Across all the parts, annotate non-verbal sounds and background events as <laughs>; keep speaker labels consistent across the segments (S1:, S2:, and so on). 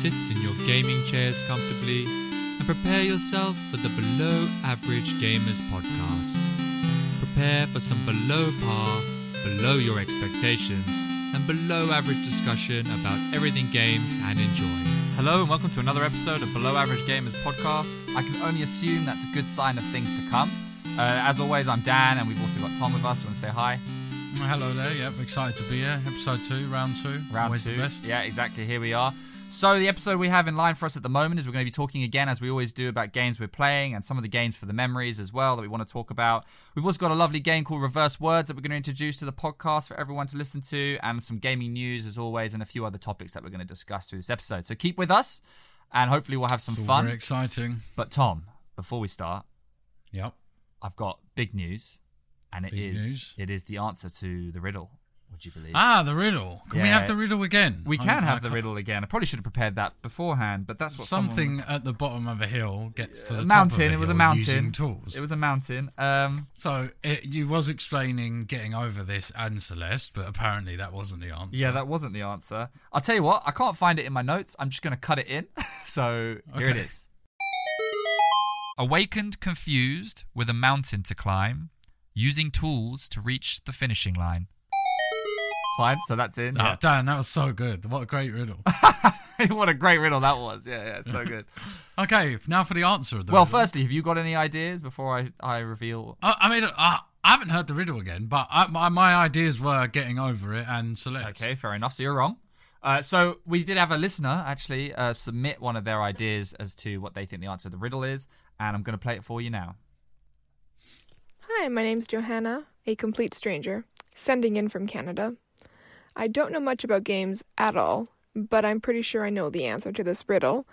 S1: sits in your gaming chairs comfortably and prepare yourself for the Below Average Gamers podcast. Prepare for some below par, below your expectations, and below average discussion about everything games and enjoy.
S2: Hello and welcome to another episode of Below Average Gamers podcast. I can only assume that's a good sign of things to come. Uh, as always, I'm Dan, and we've also got Tom with us. Do you want to say hi?
S3: Hello there. Yep, excited to be here. Episode two, round two.
S2: Round
S3: Always
S2: two.
S3: the best.
S2: Yeah, exactly. Here we are. So the episode we have in line for us at the moment is we're going to be talking again, as we always do, about games we're playing and some of the games for the memories as well that we want to talk about. We've also got a lovely game called Reverse Words that we're going to introduce to the podcast for everyone to listen to, and some gaming news as always, and a few other topics that we're going to discuss through this episode. So keep with us, and hopefully we'll have some
S3: It's all
S2: fun.
S3: Very exciting.
S2: But Tom, before we start,
S3: Yep.
S2: I've got big news, and it is
S3: Big news?
S2: it is the answer to the riddle. Would you believe?
S3: Ah, the riddle. Can we
S2: Yeah.
S3: have the riddle again?
S2: we
S3: I-
S2: can
S3: I
S2: have the
S3: can't-
S2: riddle again. I probably should have prepared that beforehand, but that's what someone-
S3: Something at the bottom of a hill gets to the
S2: a
S3: top Of
S2: mountain.
S3: the
S2: It was a
S3: hill
S2: mountain.
S3: Using tools.
S2: It was a mountain. Um,
S3: so it, you was explaining getting over this and Celeste, but apparently that wasn't the answer.
S2: yeah, that wasn't the answer. I'll tell you what. I can't find it in my notes. I'm just going to cut it in. <laughs> so here it
S3: Okay.
S2: is. Awakened, confused, with a mountain to climb, using tools to reach the finishing line. Fine. So that's in. <laughs>
S3: Oh,
S2: Yeah.
S3: Dan, that was so good. What a
S2: <laughs>
S3: great riddle.
S2: what a great riddle that was. Yeah, yeah, it's so
S3: <laughs>
S2: good.
S3: okay, f- now for the answer. Of the
S2: well,
S3: riddle.
S2: firstly, have you got any ideas before I, I reveal?
S3: I, I mean, I, I haven't heard the riddle again, but I, my, my ideas were getting over it and Celeste.
S2: Okay, fair enough. So you're wrong. Uh, so we did have a listener actually uh, submit one of their ideas as to what they think the answer to the riddle is, and I'm going to play it for you now.
S4: Hi, my name's Johanna, a complete stranger, sending in from Canada. I don't know much about games at all, but I'm pretty sure I know the answer to this riddle,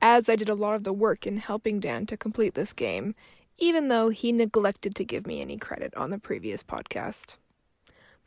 S4: as I did a lot of the work in helping Dan to complete this game, even though he neglected to give me any credit on the previous podcast.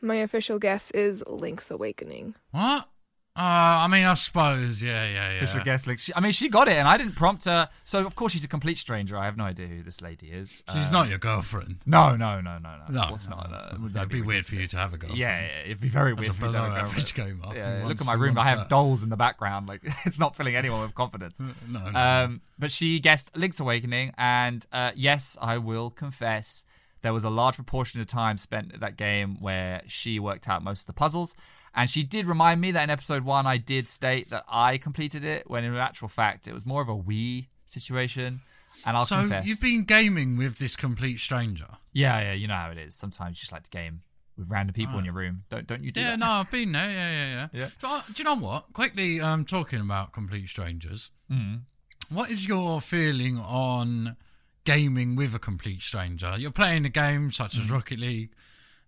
S4: My official guess is Link's Awakening.
S3: What? Uh, I mean, I suppose. Yeah, yeah, yeah.
S2: Official guest, like, she, I mean, she got it, and I didn't prompt her. So of course she's a complete stranger. I have no idea who this lady is.
S3: She's
S2: Uh,
S3: not your girlfriend.
S2: No, no, no, no, no.
S3: No,
S2: of course
S3: no,
S2: not.
S3: no.
S2: Uh,
S3: It would-
S2: that'd
S3: it'd be weird for you
S2: ridiculous.
S3: to have a girlfriend.
S2: Yeah, yeah, it'd be very
S3: That's
S2: weird
S3: a
S2: for you to have a
S3: below
S2: girlfriend.
S3: average gamer.
S2: Yeah, look
S3: Who
S2: at
S3: wants-
S2: my
S3: who
S2: room. I
S3: wants
S2: have
S3: that?
S2: dolls in the background. Like <laughs> it's not filling anyone with confidence.
S3: No, no.
S2: Um, but she guessed Link's Awakening, and uh, yes, I will confess, there was a large proportion of time spent at that game where she worked out most of the puzzles. And she did remind me that in episode one, I did state that I completed it, when in actual fact, it was more of a we situation. And I'll
S3: so
S2: confess.
S3: you've been gaming with this complete stranger.
S2: Yeah, yeah, you know how it is. Sometimes you just like to game with random people in
S3: Right.
S2: your room. Don't, don't you do
S3: Yeah,
S2: that?
S3: no, I've been there. Yeah, yeah, yeah.
S2: Yeah.
S3: Do, I- do you know what? Quickly, um, talking about complete strangers.
S2: Mm.
S3: What is your feeling on gaming with a complete stranger? You're playing a game such as Rocket League,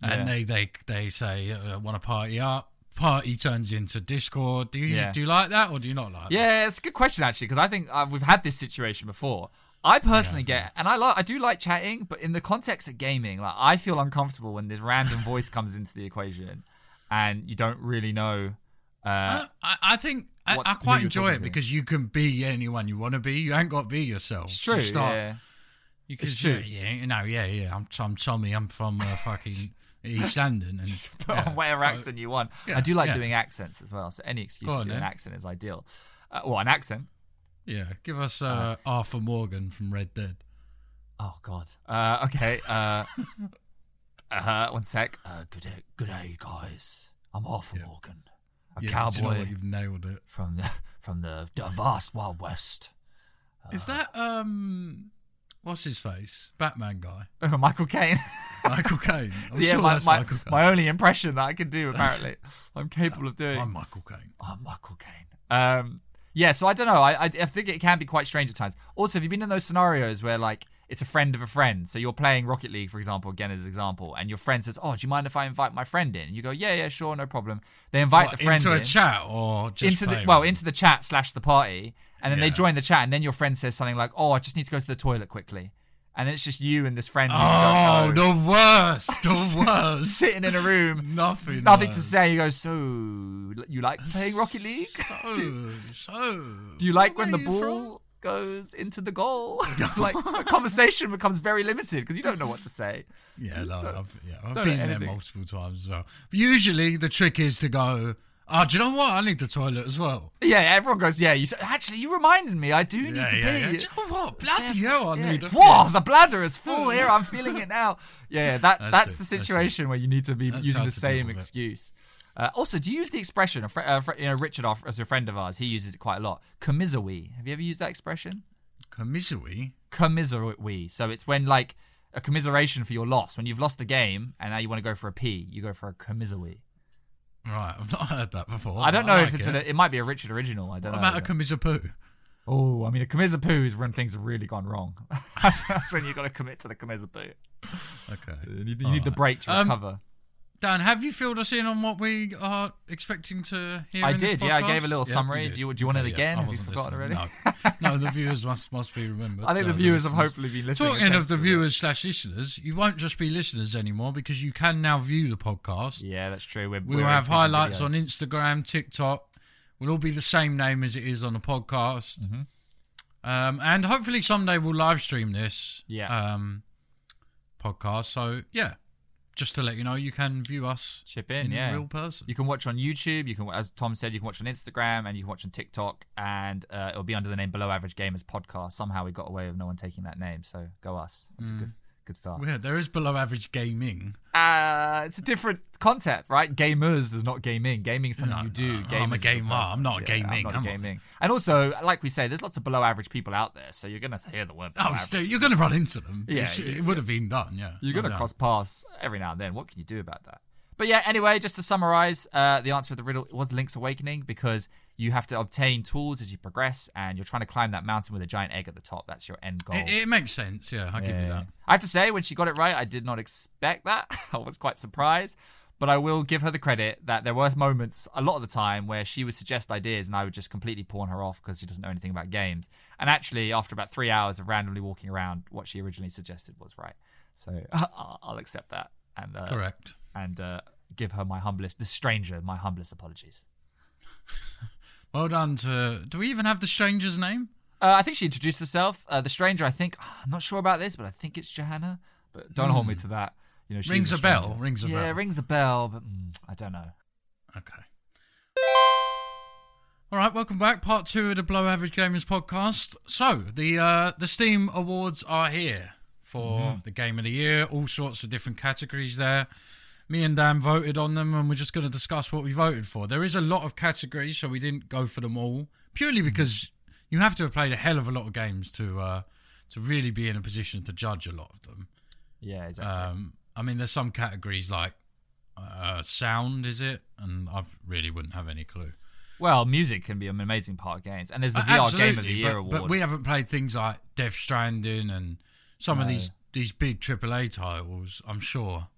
S3: and
S2: Mm-hmm. Yeah.
S3: they they they say uh, want to party up. Party turns into Discord. Do you
S2: Yeah.
S3: do you like that or do you not like? that?
S2: Yeah, it's a good question actually because I think uh, we've had this situation before. I personally get, and I like, I do like chatting, but in the context of gaming, like I feel uncomfortable when this random voice comes into the equation, and you don't really know. Uh,
S3: I, I think I,
S2: what-
S3: I
S2: who
S3: quite
S2: you're
S3: enjoy
S2: talking
S3: it
S2: to.
S3: because you can be anyone you want to be. You ain't got to be yourself.
S2: it's true.
S3: You start-
S2: yeah.
S3: You can,
S2: It's true.
S3: Yeah, yeah, no, yeah, yeah. I'm, I'm Tommy. I'm
S2: <laughs>
S3: from uh, fucking East London. And,
S2: <laughs> put
S3: yeah,
S2: on whatever
S3: so-
S2: accent you want.
S3: yeah,
S2: I do like
S3: yeah.
S2: doing accents as well, so any excuse
S3: Go
S2: to
S3: on
S2: do an
S3: then.
S2: accent is ideal. Uh, well, an accent.
S3: Yeah, give us uh, Arthur Morgan from Red Dead.
S2: Oh God. Uh, okay.
S3: <laughs>
S2: Uh, uh, one sec. Uh, good day, good day, guys. I'm Arthur
S3: Yeah.
S2: Morgan, a
S3: Yeah, do you know
S2: cowboy.
S3: what? You've nailed it.
S2: from the <laughs> from the, the vast wild west. <laughs>
S3: Is that um, what's his face? Batman guy,
S2: Michael Caine.
S3: Michael Caine. <laughs> I'm
S2: yeah,
S3: sure
S2: my,
S3: that's
S2: my,
S3: Michael Caine.
S2: my only impression that I can do apparently. I'm capable of doing.
S3: <laughs> I'm Michael Caine.
S2: I'm Michael Caine. Um, yeah, so I don't know. I, I I think it can be quite strange at times. Also, have you been in those scenarios where like it's a friend of a friend? So you're playing Rocket League, for example, again as an example, and your friend says, "Oh, do you mind if I invite my friend in?" You go, "Yeah, yeah, sure, no problem." They invite
S3: What,
S2: the friend
S3: into
S2: in.
S3: a chat or just
S2: into the
S3: play
S2: well
S3: with him?
S2: into the chat slash the party, and then they
S3: Yeah.
S2: join the chat, and then your friend says something like, "Oh, I just need to go to the toilet quickly," and then it's just you and this friend. who's <laughs>
S3: Oh,
S2: got-
S3: the worst, the worst.
S2: sitting in a
S3: <laughs>
S2: room,
S3: Nothing.
S2: nothing to
S3: worse.
S2: say. You go, so you like playing Rocket League? do,
S3: <laughs> So, so.
S2: <laughs> do you like
S3: where
S2: when the
S3: are you from?
S2: ball goes into the
S3: <laughs>
S2: goal? <laughs> like the conversation becomes very limited because you don't know what to say.
S3: Yeah, no, I've, yeah,
S2: don't
S3: I've
S2: know
S3: been there
S2: anything.
S3: multiple times as well. But usually the trick is to go, Oh, do you know what? I need the toilet as well.
S2: Yeah, everyone goes, yeah. You s- actually, you reminded me. I do need
S3: Yeah,
S2: to
S3: yeah, yeah.
S2: pee. <laughs>
S3: Do you know what? Bloody hell, I
S2: Yeah.
S3: need.
S2: Whoa, the bladder is full here. I'm feeling it now. Yeah, yeah, that that's,
S3: That's it,
S2: the
S3: that's it.
S2: situation where you need to be
S3: That's
S2: using
S3: how
S2: the
S3: to deal
S2: same
S3: with it.
S2: excuse. Uh, also, do you use the expression? A fr- uh, fr- you know, Richard, our, as a friend of ours, he uses it quite a lot. Commiserwe. Have you ever used that expression?
S3: Commissary.
S2: Commiserwe. So it's when like a commiseration for your loss. When you've lost a game and now you want to go for a pee, you go for a commiserwe.
S3: Right, <laughs> I've not heard that before.
S2: I don't know if
S3: Oh, like
S2: it's
S3: it.
S2: an, it might be a Richard original. I don't
S3: What
S2: know.
S3: about a
S2: but-
S3: commissapoo?
S2: Oh, I mean, a commissapoo is when things have really gone wrong. <laughs> that's, that's when you've got to commit to the
S3: <laughs>
S2: commissapoo.
S3: Okay.
S2: You need, you
S3: All
S2: need the
S3: right.
S2: break to
S3: Um,
S2: recover.
S3: Dan, have you filled us in on what we are expecting to hear?
S2: I
S3: in this
S2: did, yeah, I
S3: podcast?
S2: gave a little
S3: you
S2: summary.
S3: did.
S2: Do you- do you want it
S3: Okay, yeah,
S2: again?
S3: I
S2: Have you
S3: wasn't
S2: forgotten
S3: listening.
S2: <laughs>
S3: No. no, the viewers must must be remembered.
S2: I think
S3: No,
S2: the viewers have
S3: listeners.
S2: hopefully been listening.
S3: Talking of the
S2: attentively.
S3: viewers slash listeners, you won't just be listeners anymore because you can now view the podcast.
S2: Yeah, that's true. We're,
S3: We will have highlights on Instagram, TikTok. We'll all be the same name as it is on the podcast.
S2: Mm-hmm.
S3: Um, and hopefully someday we'll live stream this
S2: Yeah.
S3: um, podcast. So, yeah, just to let you know, you can view us
S2: Chip in, yeah.
S3: real person.
S2: You can watch on YouTube. You can, as Tom said, you can watch on Instagram and you can watch on TikTok, and uh, it'll be under the name Below Average Gamers Podcast. Somehow we got away with no one taking that name, so go us. That's
S3: Mm.
S2: a good, good start.
S3: yeah, there is below average gaming.
S2: Uh, it's a different concept, right? Gamers is not gaming. Gaming is something you do.
S3: no, I'm a
S2: Gamers is
S3: gamer.
S2: person.
S3: I'm not a
S2: Yeah,
S3: gaming,
S2: I'm
S3: am
S2: not a
S3: I?
S2: gaming. And also, like we say, there's lots of below average people out there, so you're gonna hear the word. Below
S3: Oh,
S2: average.
S3: so you're going to run into them.
S2: Yeah,
S3: It's-
S2: yeah,
S3: it would have been done, yeah.
S2: You're
S3: No
S2: going to
S3: doubt.
S2: cross paths every now and then. What can you do about that? But yeah, anyway, just to summarize, uh, the answer of the riddle was Link's Awakening because you have to obtain tools as you progress and you're trying to climb that mountain with a giant egg at the top. That's your end goal.
S3: It, it makes sense, yeah, I'll give you
S2: Yeah.
S3: that.
S2: I have to say, when she got it right, I did not expect that. <laughs> I was quite surprised. But I will give her the credit that there were moments, a lot of the time, where she would suggest ideas and I would just completely pawn her off because she doesn't know anything about games. And actually, after about three hours of randomly walking around, what she originally suggested was right. So <laughs> I'll I'll accept that and uh,
S3: Correct.
S2: and uh, give her my humblest, the stranger, my humblest apologies.
S3: Well done to. Do we even have the stranger's name?
S2: Uh, I think she introduced herself. Uh, the stranger, I think, I'm not sure about this, but I think it's Johanna. But don't hold me to that. You know, she's
S3: Hmm. Rings a bell,
S2: stranger.
S3: rings a
S2: Yeah,
S3: bell.
S2: rings a bell, but mm, I don't know.
S3: Okay. All right, welcome back. Part two of the Below Average Gamers podcast. So the uh, the Steam Awards are here for the Game of the Year. All sorts of different categories there. Me and Dan voted on them, and we're just going to discuss what we voted for. There is a lot of categories, so we didn't go for them all purely because you have to have played a hell of a lot of games to uh, to really be in a position to judge a lot of them.
S2: Yeah, exactly.
S3: Um, I mean, there's some categories like uh, sound, is it? And I really wouldn't have any clue.
S2: well, music can be an amazing part of games, and there's the
S3: Uh,
S2: VR Game of the Year
S3: but,
S2: award.
S3: but we haven't played things like Death Stranding and some of these these big AAA titles. I'm sure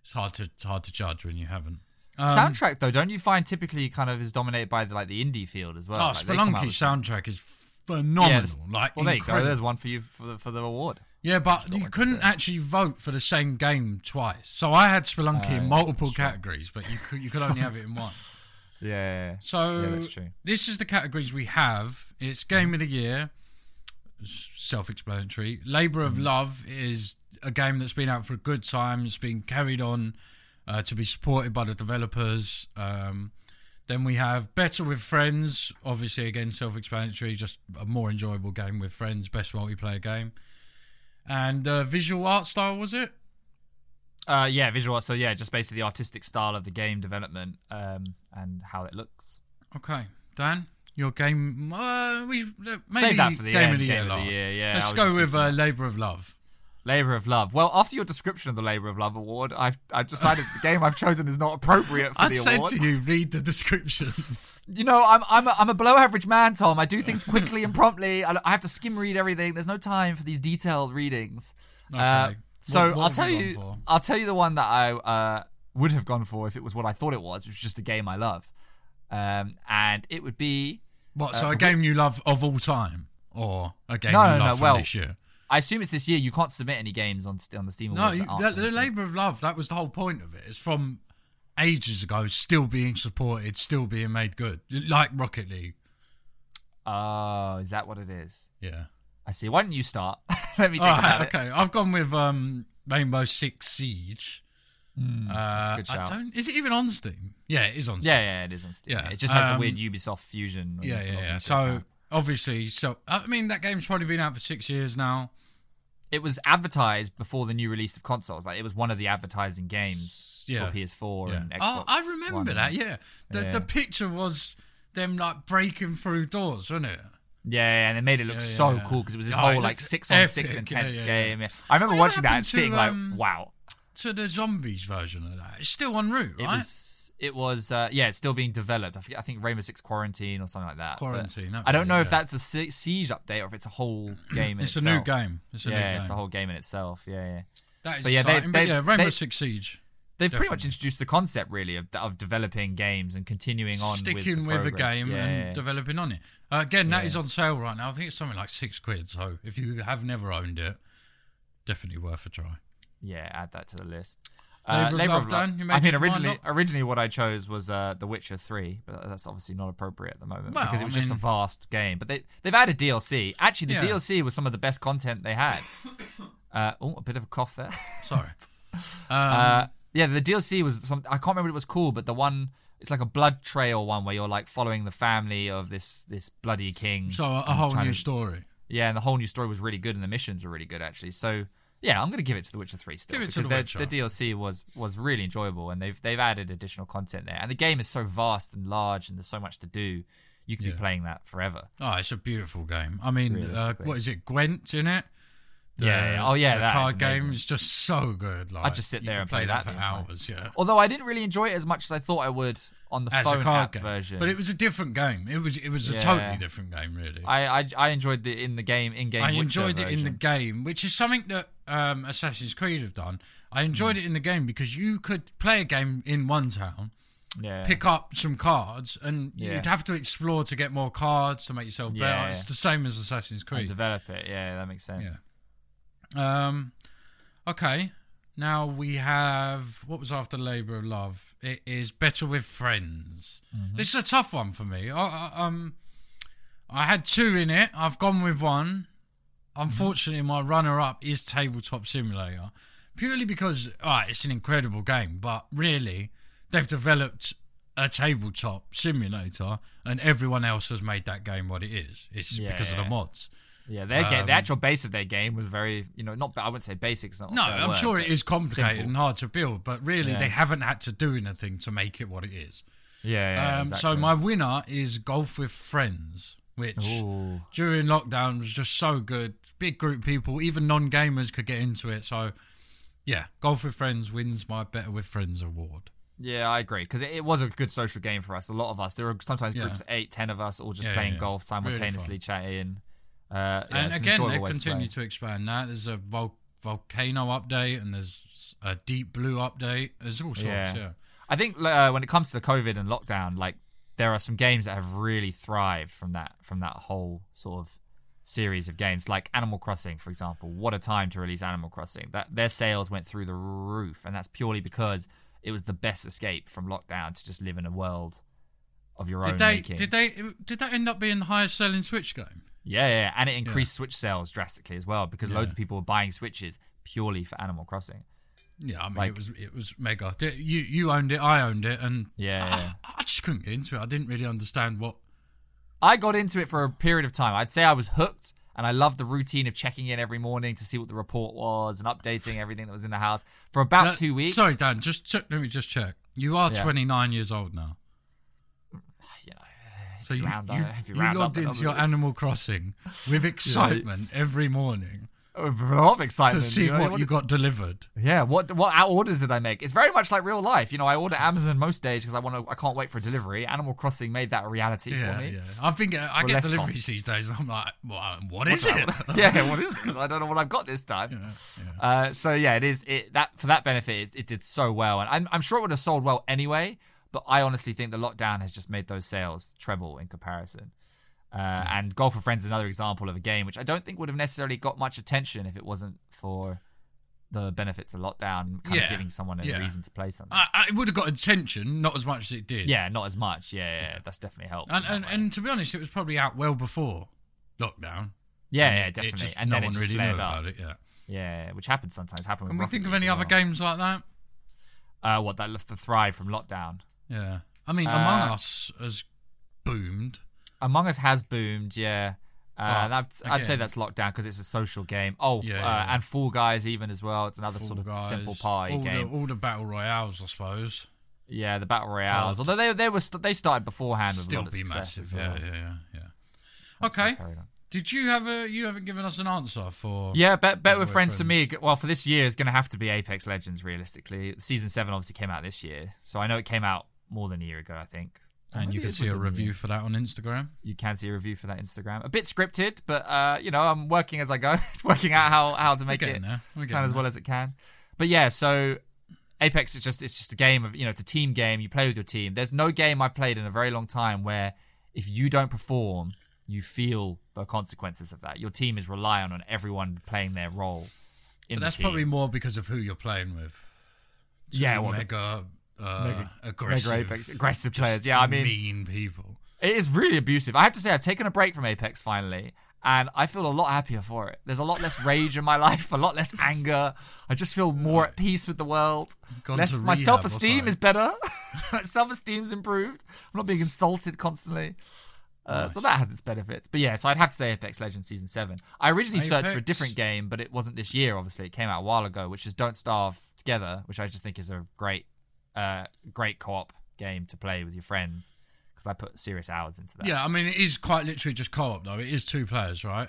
S3: it's hard to it's hard to judge when you haven't. Um,
S2: soundtrack though, don't you find typically kind of is dominated by the, like the indie field as well?
S3: Oh,
S2: like, they come out
S3: Spelunky
S2: with-
S3: soundtrack is
S2: Yeah,
S3: phenomenal.
S2: this-
S3: like
S2: well, there you go.
S3: incredible.
S2: There's one for you for the, for the award.
S3: Yeah, but
S2: got
S3: you
S2: one to
S3: couldn't
S2: say.
S3: actually vote for the same game twice. So I had Spelunky
S2: Oh,
S3: in multiple
S2: that's true.
S3: categories, but you could you could only have it in one.
S2: Yeah, yeah, yeah.
S3: So
S2: Yeah, that's true.
S3: this is the categories we have. It's game of the year, s- self-explanatory. Labor
S2: Mm-hmm.
S3: of Love is a game that's been out for a good time. It's been carried on uh, to be supported by the developers. Um, then we have Better with Friends, obviously again self-explanatory, just a more enjoyable game with friends, best multiplayer game. And uh, visual art style was it?
S2: Uh, yeah, visual. So yeah, just basically the artistic style of the game development um, and how it looks.
S3: Okay, Dan, your game. Uh, we look, maybe
S2: Save that for the
S3: game
S2: end,
S3: of the
S2: game
S3: year
S2: of the
S3: last.
S2: year, yeah, I
S3: Let's
S2: was
S3: go
S2: just
S3: with uh,
S2: thinking
S3: Labour of Love.
S2: Labour of Love. Well, after your description of the Labour of Love award, I've I've decided the game I've chosen is not appropriate for
S3: <laughs> I
S2: the
S3: said
S2: award.
S3: to you, read the <laughs> description.
S2: You know, I'm I'm a, I'm a below average man, Tom. I do things quickly and promptly. I, I have to skim read everything. There's no time for these detailed readings. Uh,
S3: Okay.
S2: so
S3: What- what
S2: I'll
S3: have
S2: tell
S3: you gone
S2: you,
S3: for?
S2: I'll tell you the one that I uh, would have gone for if it was what I thought it was, which is just a game I love, um, and it would be.
S3: what? So a game you love of all time, or a game
S2: Uh, No,
S3: you
S2: no, no,
S3: love from
S2: well,
S3: this year?
S2: I assume it's this year. You can't submit any games on on the Steam
S3: No,
S2: Awards.
S3: you,
S2: that aren't
S3: the,
S2: from
S3: the
S2: this year.
S3: Labour of Love. That was the whole point of it. It's from ages ago, still being supported, still being made good, like Rocket League.
S2: Oh, is that what it is?
S3: Yeah.
S2: I see. Why don't you start? <laughs> Let me think
S3: All
S2: about
S3: right.
S2: it.
S3: Okay. I've gone with um, Rainbow Six Siege. Uh,
S2: Hmm, good
S3: I
S2: shout.
S3: don't. Is it even on Steam? Yeah, it is on. Steam.
S2: Yeah, yeah, it is on Steam.
S3: Yeah.
S2: It just has the
S3: Um,
S2: weird Ubisoft fusion. when
S3: yeah,
S2: you
S3: yeah,
S2: log
S3: yeah.
S2: into it
S3: So
S2: now.
S3: obviously, so I mean, that game's probably been out for six years now.
S2: it was advertised before the new release of consoles. Like it was one of the advertising games
S3: Yeah.
S2: for PS4
S3: Yeah.
S2: and Xbox.
S3: Oh, I remember
S2: One.
S3: that. Yeah, the
S2: Yeah.
S3: the picture was them like breaking through doors, wasn't it?
S2: Yeah, yeah, and it made it look
S3: Yeah,
S2: so
S3: yeah.
S2: cool because it was this
S3: Yeah, it
S2: whole like
S3: looked
S2: six on six
S3: epic.
S2: intense
S3: Yeah, yeah, yeah.
S2: game. Yeah. I remember
S3: What
S2: watching that
S3: happened
S2: and sitting
S3: to,
S2: like,
S3: um,
S2: "Wow!"
S3: To the zombies version of that. It's still on route,
S2: It
S3: right?
S2: was, it was, uh, yeah, it's still being developed. I, forget, I think Rainbow Six Quarantine or something like that. but
S3: Quarantine, that
S2: I
S3: was
S2: don't
S3: it,
S2: know if
S3: yeah.
S2: that's a si- siege update or if it's a whole game. In
S3: it's
S2: itself.
S3: a new game. It's a
S2: yeah,
S3: new game.
S2: it's a whole game in itself. Yeah, yeah.
S3: that is
S2: but yeah, they-
S3: exciting.
S2: they-
S3: but yeah, Rainbow
S2: they-
S3: Six Siege.
S2: They've pretty much
S3: Definitely.
S2: introduced the concept really of of developing games and continuing on
S3: sticking
S2: with,
S3: with,
S2: the
S3: a
S2: progress.
S3: game
S2: Yeah,
S3: and
S2: yeah.
S3: developing on it. Uh, again, that
S2: Yeah.
S3: is on sale right now. I think it's something like six quid. So if you have never owned it, definitely worth a try.
S2: Yeah, add that to the list. Uh,
S3: Labour of Love, Dan, you
S2: I
S3: made
S2: mean,
S3: your mind
S2: originally,
S3: up?
S2: originally what I chose was uh, The Witcher Three, but that's obviously not appropriate at the moment
S3: Well,
S2: because it was
S3: I
S2: just a
S3: mean-
S2: vast game. But they they've added DLC. Actually, the
S3: Yeah.
S2: DLC was some of the best content they
S3: <coughs>
S2: had. uh, oh, a bit of a cough there. <laughs>
S3: Sorry.
S2: Uh, yeah, the DLC was some. I can't remember what it was called, but the one it's like a blood trail one where you're like following the family of this this bloody king.
S3: so a, a
S2: and
S3: whole
S2: trying
S3: new
S2: to-
S3: story.
S2: yeah, and the whole new story was really good, and the missions were really good actually. So yeah, I'm gonna give it to The Witcher Three still
S3: Give it to
S2: because
S3: The
S2: their-
S3: Witcher.
S2: the DLC was was really enjoyable, and they've they've added additional content there, and the game is so vast and large, and there's so much to do. You can be
S3: Yeah.
S2: playing that forever.
S3: Oh, it's a beautiful game. I mean, uh,
S2: Realistically.
S3: what is it? Gwent in it. The-
S2: Yeah, yeah. Oh, yeah,
S3: The
S2: that is
S3: card game
S2: amazing.
S3: is just so good. Like,
S2: just sit
S3: you
S2: there
S3: could
S2: and play that
S3: for
S2: the entire-
S3: hours. Yeah.
S2: Although I didn't really enjoy it as much as I thought I would on the
S3: As
S2: phone
S3: a card
S2: app
S3: game,
S2: version.
S3: but it was a different game. It was it was a
S2: Yeah.
S3: totally different game, really.
S2: I, I I enjoyed the in the game in game.
S3: I enjoyed it in the game, which is something that um, Assassin's Creed have done. I enjoyed
S2: Hmm.
S3: it in the game because you could play a game in one town,
S2: yeah.
S3: pick up some cards, and
S2: Yeah.
S3: you'd have to explore to get more cards to make yourself better.
S2: Yeah.
S3: It's the same as Assassin's
S2: and
S3: Creed.
S2: develop it. Yeah, that makes sense.
S3: Yeah. Um, okay, now we have what was after Labour of Love. It is Better with Friends. This is a tough one for me. I, I, um, I had two in it. I've gone with one. Unfortunately, my runner-up is Tabletop Simulator, purely because all right, it's an incredible game, but really, they've developed a tabletop simulator, and everyone else has made that game what it is. It's
S2: Yeah,
S3: because of
S2: yeah.
S3: the mods.
S2: Yeah, their game,
S3: Um,
S2: the actual base of their game was very, you know, not. I wouldn't say basics. Not
S3: No,
S2: a fair
S3: I'm
S2: word,
S3: sure it
S2: but
S3: is complicated
S2: simple.
S3: and hard to build, but really
S2: Yeah.
S3: they haven't had to do anything to make it what it is.
S2: Yeah, yeah.
S3: um,
S2: exactly.
S3: So my winner is Golf with Friends, which
S2: Ooh.
S3: during lockdown was just so good. Big group of people, even non-gamers could get into it. So yeah, Golf with Friends wins my Better with Friends award.
S2: Yeah, I agree because it, it was a good social game for us. A lot of us. There were sometimes
S3: Yeah.
S2: groups of eight, ten of us, all just
S3: Yeah, yeah,
S2: playing
S3: yeah.
S2: golf
S3: Really
S2: simultaneously,
S3: fun.
S2: chatting. Uh, yeah,
S3: and
S2: it's an
S3: again,
S2: enjoyable
S3: they
S2: way to
S3: continue
S2: play.
S3: to expand that. There's a vol- volcano update, and there's a deep blue update. There's all sorts.
S2: Yeah.
S3: yeah.
S2: I think uh, when it comes to the COVID and lockdown, like there are some games that have really thrived from that from that whole sort of series of games, like Animal Crossing, for example. What a time to release Animal Crossing! That their sales went through the roof, and that's purely because it was the best escape from lockdown to just live in a world of your own
S3: Did they?
S2: making.
S3: Did they? Did that end up being the highest selling Switch game?
S2: Yeah, yeah, and it increased Switch sales drastically as well because loads
S3: Yeah.
S2: of people were buying Switches purely for Animal Crossing.
S3: Yeah, I mean,
S2: Like-
S3: it was it was mega. Th- You you owned it, I owned it, and
S2: Yeah,
S3: I,
S2: yeah.
S3: I just couldn't get into it. I didn't really understand what.
S2: I got into it for a period of time. I'd say I was hooked, and I loved the routine of checking in every morning to see what the report was and updating everything that was in the house for about
S3: Uh,
S2: two weeks.
S3: Sorry, Dan. Just check, let me just check. You are
S2: Yeah.
S3: 29 years old now,
S2: <sighs> You know,
S3: so you
S2: round up-
S3: you,
S2: if you
S3: you
S2: round up
S3: logged
S2: the
S3: into your
S2: numbers.
S3: Animal Crossing
S2: <laughs>
S3: with excitement every morning
S2: a lot of
S3: to
S2: excitement
S3: see
S2: you know,
S3: what you got delivered.
S2: Yeah, what what out- orders did I make? It's very much like real life. You know, I order Amazon most days because I want to. I can't wait for delivery. Animal Crossing made that a reality
S3: Yeah,
S2: for me.
S3: yeah. I think uh, I
S2: Well,
S3: get
S2: less
S3: deliveries
S2: cost.
S3: these days, and I'm like, well, what is it?
S2: <laughs> yeah, what is this? I don't know what I've got this time. Uh, so yeah, it is it that for that benefit, it, it did so well, and I'm, I'm sure it would have sold well anyway. But I honestly think the lockdown has just made those sales treble in comparison. Uh,
S3: Mm.
S2: and Golf with Friends is another example of a game which I don't think would have necessarily got much attention if it wasn't for the benefits of lockdown, kind
S3: Yeah,
S2: of giving someone a
S3: yeah.
S2: reason to play something.
S3: <laughs> I, I would have got attention, not as much as it did.
S2: yeah, not as much. Yeah, yeah, yeah, that's definitely helped.
S3: and
S2: in that
S3: and,
S2: way.
S3: and to be honest, it was probably out well before lockdown.
S2: yeah, yeah,
S3: It
S2: definitely.
S3: just-
S2: and
S3: no
S2: then
S3: one
S2: it just
S3: really
S2: flared
S3: knew
S2: up.
S3: about it. Yeah.
S2: Yeah, which happens sometimes. Happened.
S3: Can
S2: with
S3: we think
S2: Rocket
S3: of any
S2: League as
S3: other
S2: well.
S3: games like that?
S2: uh, what that left to thrive from lockdown.
S3: Yeah. I mean, Among
S2: Uh,
S3: Us has boomed.
S2: Among Us has boomed, yeah. Uh,
S3: Well,
S2: that, I'd say
S3: Oh, again.
S2: that's lockdown because it's a social game. Oh, f-
S3: Yeah,
S2: uh,
S3: yeah, yeah.
S2: and Fall Guys even as well. It's another sort
S3: Fall
S2: of
S3: Guys, Oh,
S2: simple party
S3: all
S2: game.
S3: The, all the battle royales, I suppose.
S2: yeah, the battle royales.
S3: Card.
S2: Although they they were st- they started beforehand with a
S3: Still
S2: lot of
S3: be
S2: success
S3: massive.
S2: as well.
S3: Yeah, yeah, yeah, yeah.
S2: That's
S3: Okay.
S2: carried on.
S3: Did you have a? You haven't given us an answer for.
S2: Yeah, bet bet
S3: Yeah,
S2: with
S3: we're
S2: friends to me. g- Well, for this year, it's going to have to be Apex Legends. Realistically, season seven obviously came out this year, so I know it came out more than a year ago. I think. Or
S3: And
S2: maybe
S3: you can
S2: it's
S3: see a
S2: within the year.
S3: review for that on Instagram.
S2: you can see a review for that Instagram. A bit scripted, but uh, you know, I'm working as I go, <laughs> working out how how to make
S3: We're
S2: it
S3: getting there. We're
S2: kind
S3: getting
S2: as well
S3: there.
S2: as it can. But yeah, so Apex is just it's just a game of you know it's a team game. You play with your team. There's no game I played in a very long time where if you don't perform, you feel the consequences of that. Your team is reliant on everyone playing their role. In the
S3: But that's
S2: team.
S3: probably more because of who you're playing with.
S2: Yeah, well,
S3: mega, uh,
S2: mega-
S3: aggressive,
S2: mega Apex- aggressive
S3: just
S2: players. Yeah, I mean-
S3: mean people.
S2: It is really abusive. I have to say, I've taken a break from Apex finally, and I feel a lot happier for it. There's a lot less rage in my <laughs> life, a lot less anger. I just feel more at peace with the world.
S3: Gone
S2: Less-
S3: to
S2: my
S3: rehab or
S2: self esteem is
S3: something.
S2: better. <laughs> my self esteem's improved. I'm not being insulted constantly. Uh, So that has its benefits. But yeah, so I'd have to say Apex Legends Season 7. I originally searched for a
S3: Apex.
S2: different game, but it wasn't this year, obviously. It came out a while ago, which is Don't Starve Together, which I just think is a great, uh, great co op game to play with your friends. Because I put serious hours into that.
S3: Yeah, I mean, it is quite literally just co-op though. It is two players, right?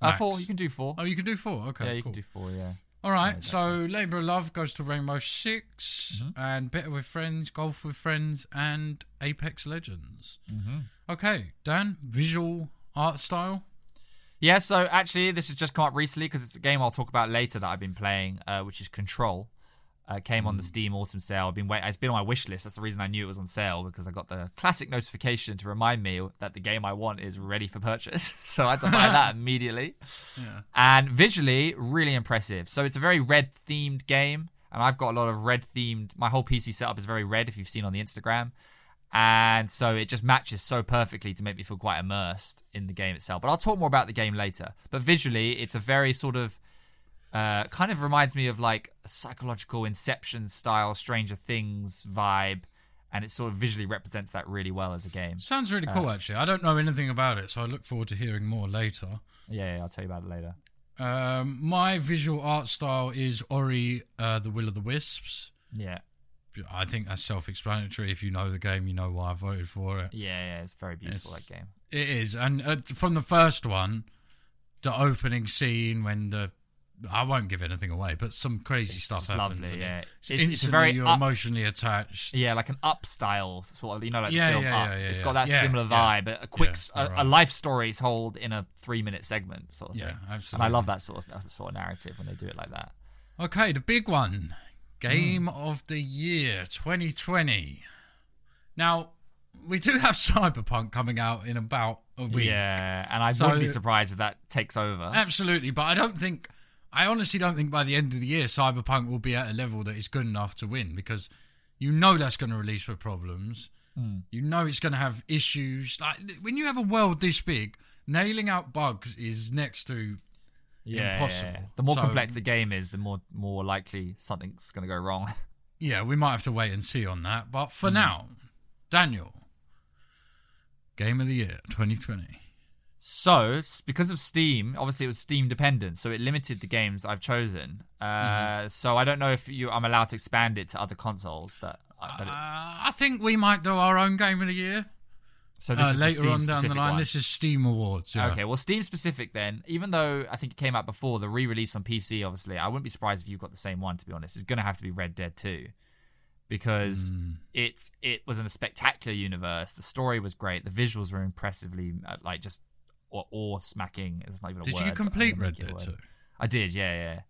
S2: Uh,
S3: Max.
S2: four. You can do four.
S3: Oh, you can do four. Okay,
S2: yeah, you
S3: cool.
S2: can do four. Yeah. Mm-hmm.
S3: All right, so Labour of Love goes to Rainbow 6 and Better with Friends, Golf with Friends, and Apex Legends. Mm-hmm. Okay, Dan, visual art style.
S2: Yeah. So actually, this has just come up recently because it's a game I'll talk about later that I've been playing, uh, which is Control. Uh, came on the Steam Autumn sale. I've been wait- It's been on my wish list. That's the reason I knew it was on sale because I got the classic notification to remind me that the game I want is ready for purchase. <laughs> so I had to buy that <laughs> immediately. And visually, really impressive. So it's a very red themed game, and I've got a lot of red themed. My whole PC setup is very red. If you've seen on the Instagram, and so it just matches so perfectly to make me feel quite immersed in the game itself. But I'll talk more about the game later. But visually, it's a very sort of uh, kind of reminds me of like a psychological Inception style Stranger Things vibe, and it sort of visually represents that really well as a game.
S3: Sounds really
S2: Uh,
S3: cool, actually. I don't know anything about it, so I look forward to hearing more later.
S2: Yeah, yeah I'll tell you about it later.
S3: Um, my visual art style is Ori, uh, the Will of the Wisps.
S2: Yeah,
S3: I think that's self-explanatory. If you know the game, you know why I voted for it.
S2: yeah, yeah. It's very beautiful
S3: It's-
S2: that game.
S3: It is, and uh, from the first one, the opening scene when the I won't give anything away, but some crazy
S2: It's
S3: stuff
S2: just
S3: happens.
S2: lovely,
S3: in it.
S2: yeah.
S3: it's,
S2: It's-
S3: instantly
S2: it's a very
S3: you're
S2: up-
S3: emotionally attached.
S2: Yeah, like an up style sort of, you know, like
S3: Yeah,
S2: the film
S3: yeah,
S2: up.
S3: yeah, yeah,
S2: It's
S3: yeah.
S2: got that
S3: Yeah,
S2: similar
S3: yeah.
S2: vibe, a- a quick,
S3: Yeah,
S2: s-
S3: you're
S2: a, a
S3: right.
S2: life story told in a three minute segment sort of
S3: Yeah,
S2: thing. And I
S3: absolutely.
S2: love that sort of that sort of narrative when they do it like that.
S3: Okay, the big one,
S2: Hmm.
S3: game of the year 2020. Now we do have <laughs> Cyberpunk coming out in about a week.
S2: Yeah, and I
S3: So- Eh,
S2: wouldn't be surprised if that takes over.
S3: Absolutely, but I don't think I honestly don't think by the end of the year Cyberpunk will be at a level that is good enough to win because you know that's going to release with problems.
S2: Hmm.
S3: You know it's going to have issues. Like th- when you have a world this big, nailing out bugs is next to
S2: yeah,
S3: impossible.
S2: The more
S3: So-
S2: complex the game is, the more more likely something's going to go wrong. <laughs>
S3: yeah, we might have to wait and see on that, but for
S2: Hmm.
S3: now, Daniel Game of the Year 2020.
S2: So, s- because of Steam, obviously it was Steam dependent, so it limited the games I've chosen. Uh,
S3: Mm-hmm.
S2: So I don't know if you, I'm allowed to expand it to other consoles. That, that
S3: Uh,
S2: it,
S3: I think we might do our own Game of the Year
S2: so this
S3: uh,
S2: is the
S3: later on down the
S2: Steam-specific
S3: line.
S2: one.
S3: This is Steam Awards. yeah.
S2: Okay, well, Steam specific then, even though I think it came out before the re release on PC, obviously, I wouldn't be surprised if you got the same one, to be honest. It's going to have to be Red Dead 2 because
S3: Hmm.
S2: it's it was in a spectacular universe. The story was great. The visuals were impressively, uh, like, just awe smacking. It's not even a
S3: Did
S2: word,
S3: you
S2: but I'm
S3: complete
S2: gonna
S3: Red
S2: make it a
S3: Dead 2?
S2: word. I did, yeah, yeah.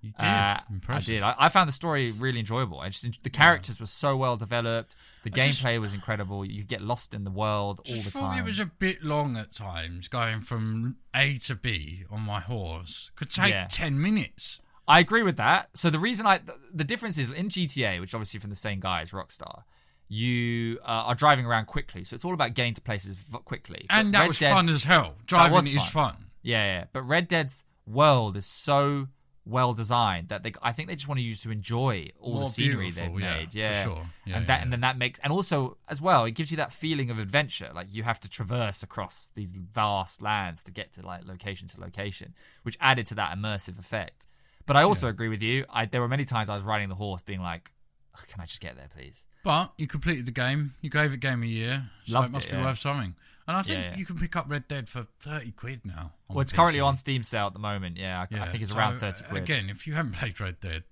S3: You did.
S2: Uh,
S3: Impressive.
S2: I did. I, I found the story really enjoyable. I just the characters were so well developed. The
S3: I just-
S2: gameplay was incredible. You get lost in the world all
S3: Just
S2: the
S3: thought
S2: time.
S3: it was a bit long at times going from A to B on my horse. Could take
S2: Yeah.
S3: 10 minutes.
S2: I agree with that. So the reason I th- the difference is in GTA, which obviously from the same guy as Rockstar, you uh, are driving around quickly, so it's all about getting to places v- quickly. But
S3: And that
S2: Red
S3: was
S2: Dead's-
S3: fun as hell.
S2: was
S3: Driving is
S2: fun.
S3: fun.
S2: yeah, yeah. But Red Dead's world is so well designed that they I think they just want you to enjoy all
S3: More
S2: the scenery they've
S3: beautiful, yeah,
S2: made.
S3: for
S2: Yeah,
S3: sure. Yeah,
S2: and that
S3: yeah,
S2: and then that makes and also as well it gives you that feeling of adventure. Like you have to traverse across these vast lands to get to like location to location, which added to that immersive effect. But I also agree with you. I there were many times I was riding the horse, being like, "Ugh, "Can I just get there, please?"
S3: But you completed the game. You gave it game a year, so
S2: Loved
S3: it must
S2: it,
S3: be
S2: yeah.
S3: worth something. And I think
S2: yeah.
S3: you can pick up Red Dead for thirty quid now. on
S2: well, it's
S3: PC.
S2: currently on Steam sale at the moment. Yeah, I, I
S3: Yeah,
S2: think it's
S3: so,
S2: around thirty
S3: uh,
S2: quid.
S3: Again, if you haven't played Red Dead,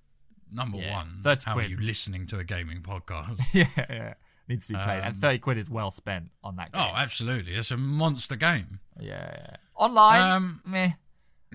S3: number
S2: Yeah,
S3: one,
S2: 30
S3: how
S2: quid.
S3: are you listening to a gaming podcast? <laughs>
S2: <laughs> yeah, yeah, needs to be played, and
S3: Um,
S2: thirty quid is well spent on that. Game.
S3: oh, absolutely, it's a monster game.
S2: yeah, yeah. Online,
S3: Um,
S2: meh.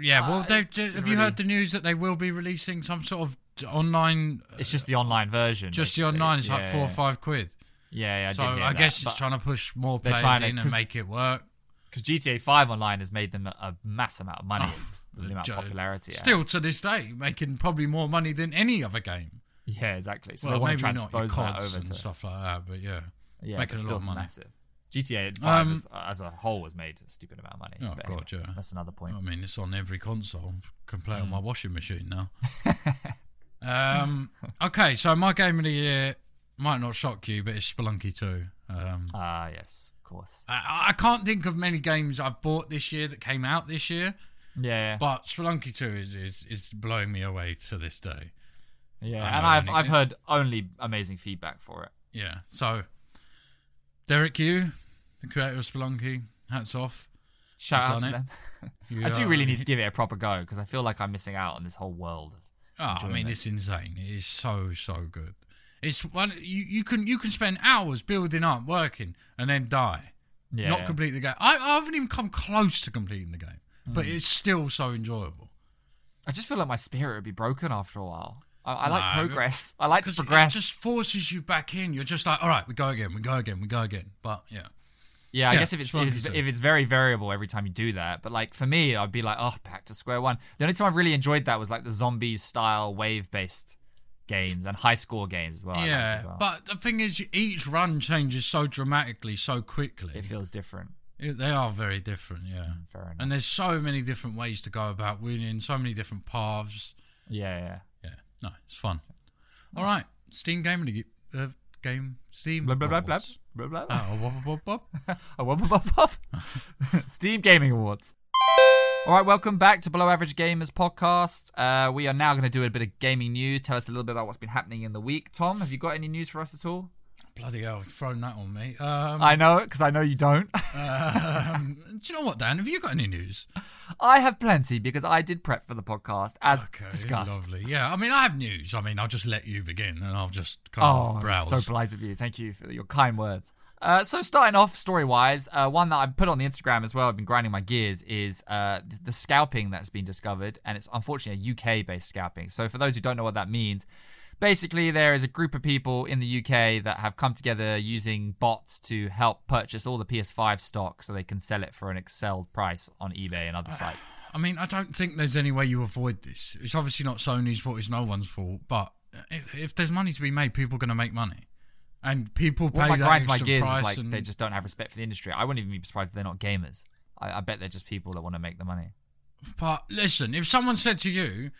S3: Yeah, well,
S2: Uh,
S3: they've ju-
S2: didn't
S3: have you
S2: really-
S3: heard the news that they will be releasing some sort of d- online, uh,
S2: It's just the online version.
S3: just the
S2: basically.
S3: online? It's like
S2: Yeah,
S3: four or
S2: yeah.
S3: five quid.
S2: Yeah, yeah. I
S3: so
S2: did hear
S3: I
S2: that,
S3: guess
S2: but-
S3: it's trying to push more
S2: They're
S3: players
S2: trying to-
S3: in and
S2: 'cause-
S3: make it work.
S2: because GTA Five Online has made them a, a mass amount of money, it's the amount of
S3: Jo-
S2: popularity. yeah.
S3: Oh, Still to this day, making probably more money than any other game.
S2: yeah, exactly. So they
S3: well,
S2: want to
S3: maybe not your
S2: transpose that
S3: CODs
S2: over
S3: and
S2: to
S3: stuff like that, but yeah,
S2: yeah,
S3: making
S2: but
S3: a
S2: still
S3: lot of money.
S2: massive. GTA Five
S3: Um,
S2: as, as a whole has made a stupid amount of money.
S3: Oh,
S2: but
S3: God, yeah. Oh.
S2: that's Mm. another point.
S3: I mean, it's on every console. Can play it on my washing machine
S2: <laughs>
S3: now. um, okay, so my game of the year might not shock you, but it's Spelunky 2. Um,
S2: Ah, yes, of course.
S3: I, I can't think of many games I've bought this year that came out this year,
S2: Yeah,
S3: but Spelunky 2 is, is, is blowing me away to this day.
S2: yeah.
S3: I
S2: and
S3: know,
S2: I've
S3: and it-
S2: I've heard only amazing feedback for it.
S3: Yeah, so Derek Yu, the creator of Spelunky, hats off.
S2: Shout out
S3: done
S2: to
S3: it.
S2: them.
S3: You um,
S2: I do
S3: are-
S2: really need to give it a proper go because I feel like I'm missing out on this whole world.
S3: Oh, I
S2: enjoying
S3: mean,
S2: it.
S3: it's insane. It is so so good. It's one you, you can you can spend hours building up, working, and then die.
S2: Yeah,
S3: not
S2: yeah.
S3: complete the game. I, I haven't even come close to completing the game, but
S2: Hmm.
S3: it's still so enjoyable.
S2: I just feel like my spirit would be broken after a while. I, I like
S3: No,
S2: progress. I like to
S3: Because it
S2: progress.
S3: just forces you back in. You're just like, all right, we go again, we go again, we go again. But yeah,
S2: Yeah, I
S3: Yeah,
S2: guess if it's,
S3: sure,
S2: if it's
S3: I think so.
S2: if it's very variable every time you do that, but like for me, I'd be like, oh, back to square one. The only time I really enjoyed that was like the zombies style wave based games and high score games as well. Oh, I liked
S3: yeah.
S2: as well.
S3: But the thing is, each run changes so dramatically, so quickly.
S2: it feels different.
S3: It- they are very different, yeah.
S2: Fair enough.
S3: And there's so many different ways to go about winning, so many different paths.
S2: yeah, yeah.
S3: Yeah, no, it's fun. All right, Steam Game of the Ye- uh, Game Steam.
S2: Blah blah blah blah
S3: Awards.
S2: blah blah. blah.
S3: Oh, wop, wop, wop.
S2: Oh, whoop, <laughs> whoop, whoop, whoop. Steam Gaming Awards. All right, welcome back to Below Average Gamers podcast. Uh, we are now going to do a bit of gaming news. Tell us a little bit about what's been happening in the week. Tom, have you got any news for us at all?
S3: Bloody hell, you've thrown that on me. Um,
S2: I know it because I know you don't.
S3: um, do you know what, Dan? Have you got any news?
S2: <laughs> I have plenty because I did prep for the podcast as
S3: Okay,
S2: discussed.
S3: lovely. Yeah, I mean, I have news. I mean, I'll just let you begin, and I'll just kind
S2: Oh,
S3: of browse.
S2: so polite of you. Thank you for your kind words. Uh, so starting off story wise, uh, one that I put on the Instagram as well. I've been grinding my gears is uh, th- the scalping that's been discovered, and it's unfortunately a UK based scalping. So for those who don't know what that means, basically there is a group of people in the UK that have come together using bots to help purchase all the PS5 stock so they can sell it for an excelled price on eBay and
S3: <sighs>
S2: other sites.
S3: I mean, I don't think there's any way you avoid this. It's obviously not Sony's fault. It's no one's fault. But if, if there's money to be made, people are going to make money, and people pay
S2: what my
S3: that
S2: grinds my
S3: extra
S2: gears
S3: price.
S2: is like
S3: and
S2: they just don't have respect for the industry. I wouldn't even be surprised if they're not gamers. I, I bet they're just people that want to make the money.
S3: But listen, if someone said to you,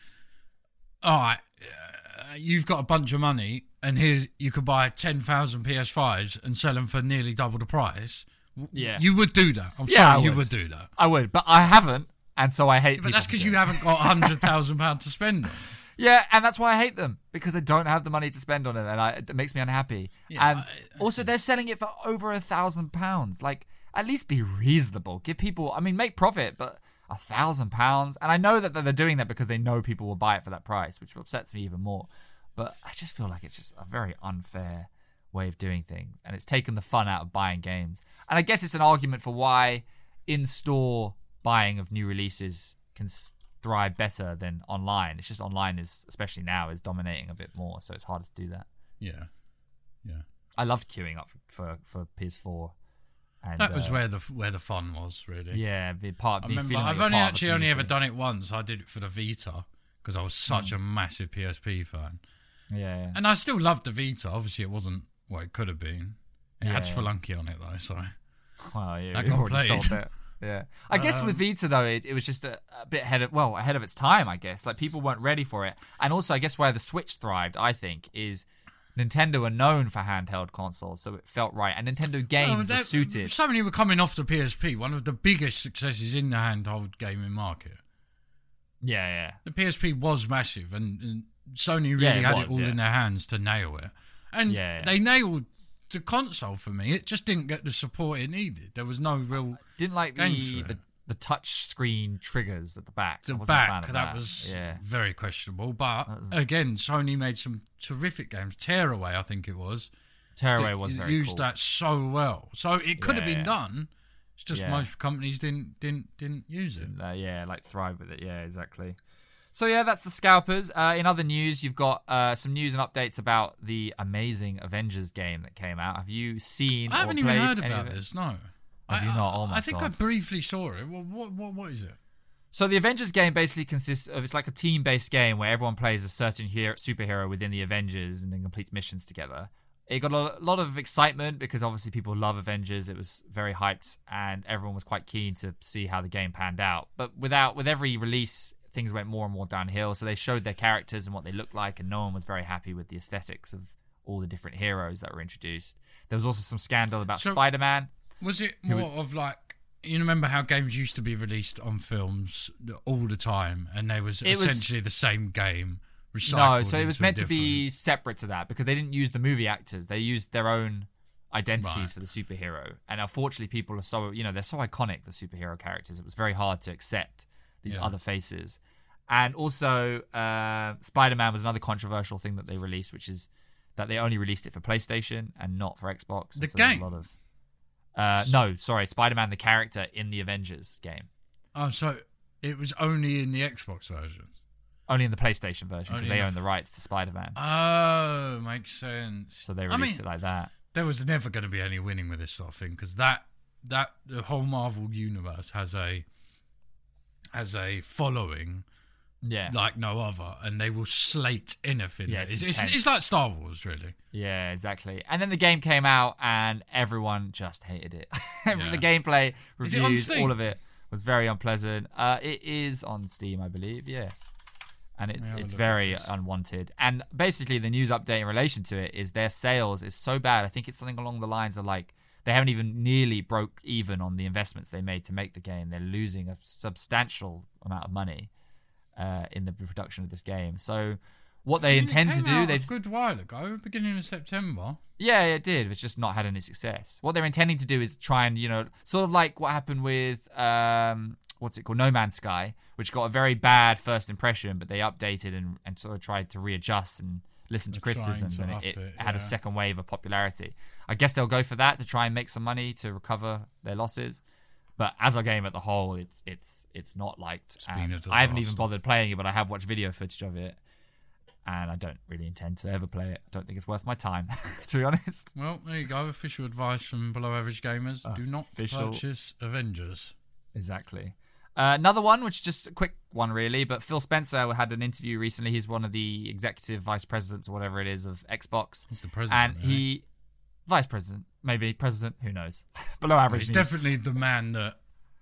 S3: "All right, uh, you've got a bunch of money, and here's you could buy ten thousand PS5s and sell them for nearly double the price," w-
S2: Yeah.
S3: you would do that. I'm
S2: Yeah,
S3: sorry,
S2: I
S3: you
S2: would.
S3: would do that.
S2: I would, but I haven't, and so I hate.
S3: But
S2: people
S3: that's
S2: for
S3: because
S2: doing
S3: you
S2: it.
S3: haven't got hundred thousand pounds to spend. On.
S2: Yeah, and that's why I hate them because I don't have the money to spend on it, and I, it makes me unhappy.
S3: Yeah,
S2: and
S3: I-
S2: also, they're selling it for over a thousand pounds. Like, at least be reasonable. Give people, I mean, make profit, but a thousand pounds. And I know that they're doing that because they know people will buy it for that price, which upsets me even more. But I just feel like it's just a very unfair way of doing things, and it's taken the fun out of buying games. And I guess it's an argument for why in-store buying of new releases can s- thrive better than online. It's just online is, especially now, is dominating a bit more, so it's harder to do that.
S3: Yeah, yeah.
S2: I loved queuing up for for, for PS4. And,
S3: That was
S2: uh,
S3: where the where the fun was really.
S2: yeah, the part. the
S3: I remember.
S2: feeling like
S3: I've
S2: you're
S3: only
S2: part of the
S3: actually only ever
S2: community.
S3: done it once. I did it for the Vita because I was such
S2: Mm.
S3: a massive PSP fan,
S2: Yeah, yeah.
S3: and I still loved the Vita. Obviously, it wasn't what it could have been. It had
S2: Yeah.
S3: Spelunky on it though, so.
S2: Well, yeah,
S3: I
S2: you
S3: got
S2: already
S3: played. Um,
S2: sold it. Yeah, I guess with Vita though, it, it was just a, a bit ahead of well ahead of its time. I guess like people weren't ready for it, and also I guess where the Switch thrived, I think, is Nintendo are known for handheld consoles, so it felt right, and Nintendo
S3: Oh,
S2: games are
S3: that-
S2: suited.
S3: So many were coming off the PSP, one of the biggest successes in the handheld gaming market.
S2: Yeah, yeah.
S3: The PSP was massive, and, and Sony really
S2: Yeah, it
S3: had it
S2: was,
S3: all
S2: yeah.
S3: in their hands to nail it. And
S2: Yeah, yeah.
S3: they nailed the console for me. It just didn't get the support it needed. There was no real
S2: Didn't like
S3: Going
S2: the,
S3: for
S2: the
S3: it.
S2: the touch screen triggers at the back.
S3: the
S2: I wasn't a fan
S3: back.
S2: of
S3: That,
S2: that
S3: was
S2: yeah.
S3: very questionable. But again, Sony made some terrific games. Tearaway, I think it was.
S2: Tearaway
S3: that
S2: was very
S3: used
S2: cool.
S3: that so well. So it could have
S2: Yeah,
S3: been
S2: yeah.
S3: done. It's just
S2: Yeah.
S3: most companies didn't didn't didn't use it.
S2: Uh, yeah, like thrive with it. Yeah, exactly. So yeah, that's the scalpers. Uh, in other news, you've got uh, some news and updates about the amazing Avengers game that came out. Have you seen?
S3: I haven't
S2: or
S3: even
S2: played
S3: heard
S2: any
S3: about
S2: of it?
S3: this. No.
S2: Have
S3: I,
S2: you not? Oh
S3: I-
S2: my
S3: I think I
S2: God.
S3: briefly saw it. Well, what what what is it?
S2: So the Avengers game basically consists of it's like a team-based game where everyone plays a certain hero, superhero within the Avengers and then completes missions together. It got a lo- lot of excitement because obviously people love Avengers. It was very hyped and everyone was quite keen to see how the game panned out. But without with every release, things went more and more downhill. So they showed their characters and what they looked like, and no one was very happy with the aesthetics of all the different heroes that were introduced. There was also some scandal about
S3: So-
S2: Spider-Man.
S3: Was it more of like you remember how games used to be released on films all the time, and they was
S2: It was-
S3: essentially the same game.
S2: No,
S3: recycled
S2: so it was
S3: into a
S2: meant to be separate to that because they didn't use the movie actors. They used their own identities
S3: Right.
S2: for the superhero. And unfortunately, people are so, you know, they're so iconic, the superhero characters. It was very hard to accept these
S3: Yeah.
S2: other faces. And also, uh, Spider Man was another controversial thing that they released, which is that they only released it for PlayStation and not for Xbox. and
S3: The
S2: so there's
S3: game?
S2: A lot of, uh, no, sorry, Spider Man, the character in the Avengers game.
S3: Oh, so it was only in the Xbox version.
S2: Only in the PlayStation version because
S3: Only
S2: they
S3: in-
S2: own the rights to Spider Man.
S3: Oh, makes sense.
S2: so they
S3: I
S2: released it
S3: mean,
S2: like that.
S3: there was never going to be any winning with this sort of thing because that that the whole Marvel universe has a has a following
S2: Yeah.
S3: like no other, and they will slate anything.
S2: Yeah, it's
S3: it's, it's,
S2: intense.
S3: it's like Star Wars, really.
S2: Yeah, exactly. And then the game came out, and everyone just hated it. <laughs>
S3: Yeah.
S2: the gameplay
S3: Is it on
S2: reviews,
S3: Steam?
S2: all of it was very unpleasant. Uh, it is on Steam, I believe. Yes, and it's
S3: me have a
S2: it's
S3: look at
S2: very unwanted. And basically, the news update in relation to it is their sales is so bad. I think it's something along the lines of like they haven't even nearly broke even on the investments they made to make the game. They're losing a substantial amount of money uh, in the production of this game. So. What they
S3: I mean, it
S2: intend to
S3: came
S2: do,
S3: out
S2: they've
S3: a good while ago, beginning of September.
S2: yeah, it did. It's just not had any success. What they're intending to do is try and, you know, sort of like what happened with um what's it called? No Man's Sky, which got a very bad first impression, but they updated and, and sort of tried to readjust and listen to
S3: They're trying
S2: criticisms
S3: to
S2: and
S3: up
S2: it, it
S3: it,
S2: had a
S3: yeah.
S2: second wave of popularity. I guess they'll go for that to try and make some money to recover their losses. But as a game at the whole, it's it's it's not liked.
S3: been
S2: and
S3: a
S2: I haven't even
S3: disaster.
S2: bothered playing it, but I have watched video footage of it and I don't really intend to ever play it. I don't think it's worth my time, <laughs> to be honest.
S3: Well, there you go. Official advice from below average gamers: do not
S2: Official-
S3: purchase Avengers.
S2: Exactly. Uh, another one, which is just a quick one, really, but Phil Spencer had an interview recently. He's one of the executive vice presidents or whatever it is of Xbox.
S3: He's the president,
S2: And
S3: right?
S2: he, vice president, maybe president, who knows? <laughs> Below average.
S3: He's
S2: news.
S3: definitely the man that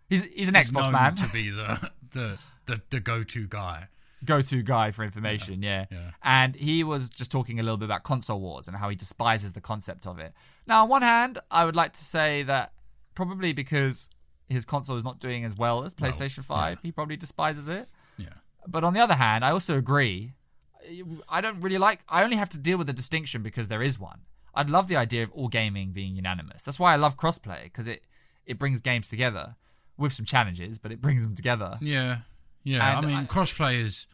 S2: he's, he's an
S3: is
S2: Xbox
S3: known
S2: man.
S3: to be the <laughs> the the, the go to guy.
S2: go-to guy for information. Yeah.
S3: yeah.
S2: And he was just talking a little bit about console wars and how he despises the concept of it. Now, on one hand, I would like to say that probably because his console is not doing as well as PlayStation 5, he probably despises it.
S3: Yeah.
S2: But on the other hand, I also agree. I don't really like. I only have to deal with the distinction because there is one. I'd love the idea of all gaming being unanimous. That's why I love crossplay because it it brings games together with some challenges, but it brings them together.
S3: Yeah. Yeah.
S2: And
S3: I mean,
S2: I-
S3: crossplay is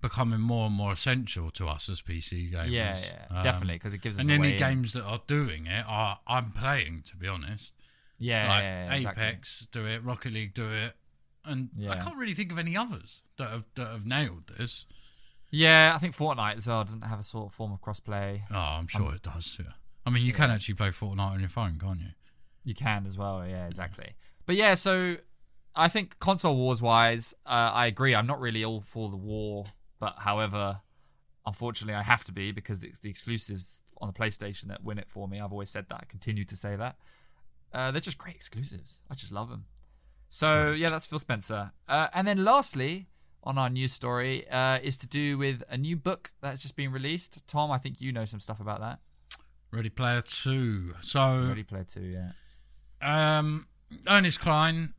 S3: becoming more and more essential to us as PC gamers.
S2: Yeah, yeah, definitely, 'cause it gives us
S3: Um, And
S2: a
S3: any
S2: way in.
S3: games that are doing it are I'm playing to be honest.
S2: Yeah,
S3: like
S2: yeah, yeah, exactly.
S3: Apex do it, Rocket League do it, and I
S2: Yeah.
S3: can't really think of any others that have that have nailed this.
S2: Yeah, I think Fortnite as well doesn't have a sort of form of crossplay.
S3: Oh, I'm sure
S2: Um,
S3: it does. Yeah. I mean, you can actually play Fortnite on your phone, can't you?
S2: You can as well. Yeah, exactly. But yeah, so I think console wars wise, uh, I agree. I'm not really all for the war, but however, unfortunately, I have to be because it's the exclusives on the PlayStation that win it for me. I've always said that. I continue to say that. Uh, they're just great exclusives. I just love them. So yeah, that's Phil Spencer. Uh, and then lastly, on our news story, uh, is to do with a new book that's just been released. Tom, I think you know some stuff about that.
S3: Ready Player Two. So
S2: Ready Player Two, yeah.
S3: Um, Ernest Klein,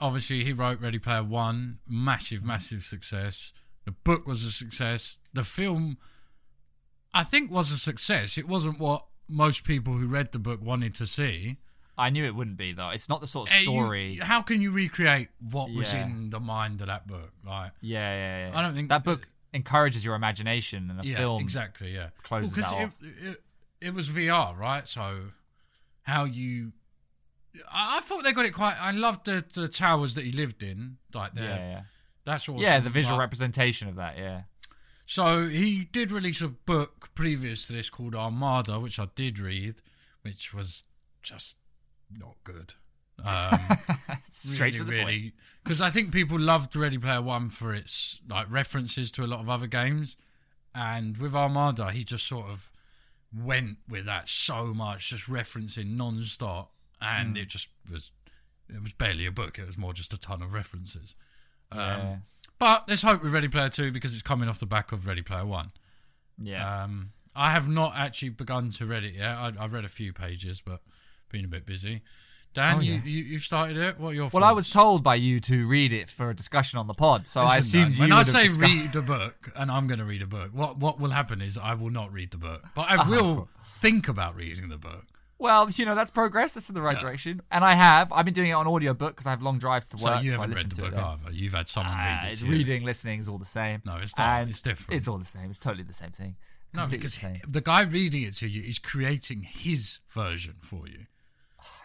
S3: obviously, he wrote Ready Player One, massive, massive success. The book was a success. The film, I think, was a success. It wasn't what most people who read the book wanted to see.
S2: I knew it wouldn't be though. It's not the sort of
S3: Eh, you-
S2: story.
S3: how can you recreate what was
S2: Yeah.
S3: in the mind of that book? Like,
S2: yeah, yeah, yeah.
S3: I don't think-
S2: that book encourages your imagination, and the
S3: yeah,
S2: film
S3: exactly, yeah.
S2: closes
S3: Well, 'cause
S2: that
S3: it, it, it was VR, right? So how you? I, I thought they got it quite. I loved the, the towers that he lived in, like
S2: Yeah,
S3: there.
S2: yeah,
S3: That's awesome.
S2: yeah. The visual
S3: Like,
S2: representation of that. Yeah, <laughs>
S3: So he did release a book previous to this called Armada, which I did read, which was just not good. Um,
S2: straight to the point.
S3: Because I think people loved Ready Player One for its like references to a lot of other games, and with Armada, he just sort of went with that so much, just referencing non-stop, and
S2: Mm.
S3: it just was it was barely a book. It was more just a ton of references. Um,
S2: yeah,
S3: But there's hope with Ready Player Two because it's coming off the back of Ready Player One.
S2: yeah.
S3: Um, I have not actually begun to read it yet. I, I've read a few pages, but been a bit busy. Dan,
S2: Oh, yeah.
S3: you, you you've started it. What are your
S2: well, I was told by you to read it for a discussion on the pod, so I
S3: Listen,
S2: assumed
S3: Dan,
S2: you
S3: when
S2: would
S3: I
S2: have
S3: say
S2: discussed-
S3: read a book, and I'm going to read a book, what what will happen is I will not read the book, but
S2: Ah,
S3: I will think about reading the book.
S2: Well, you know that's progress. That's in the right direction, and I have. I've been doing it on audiobook because I have long drives to
S3: So
S2: work.
S3: you
S2: I
S3: haven't
S2: listen
S3: read
S2: to
S3: the book
S2: it then.
S3: either. You've had someone
S2: Ah,
S3: read it.
S2: it's
S3: to you.
S2: reading, listening is all the same.
S3: No, it's not.
S2: And
S3: It's different.
S2: It's all the same. It's totally the same thing.
S3: No,
S2: Completely
S3: because
S2: the same.
S3: the guy reading it to you is creating his version for you.
S2: Oh,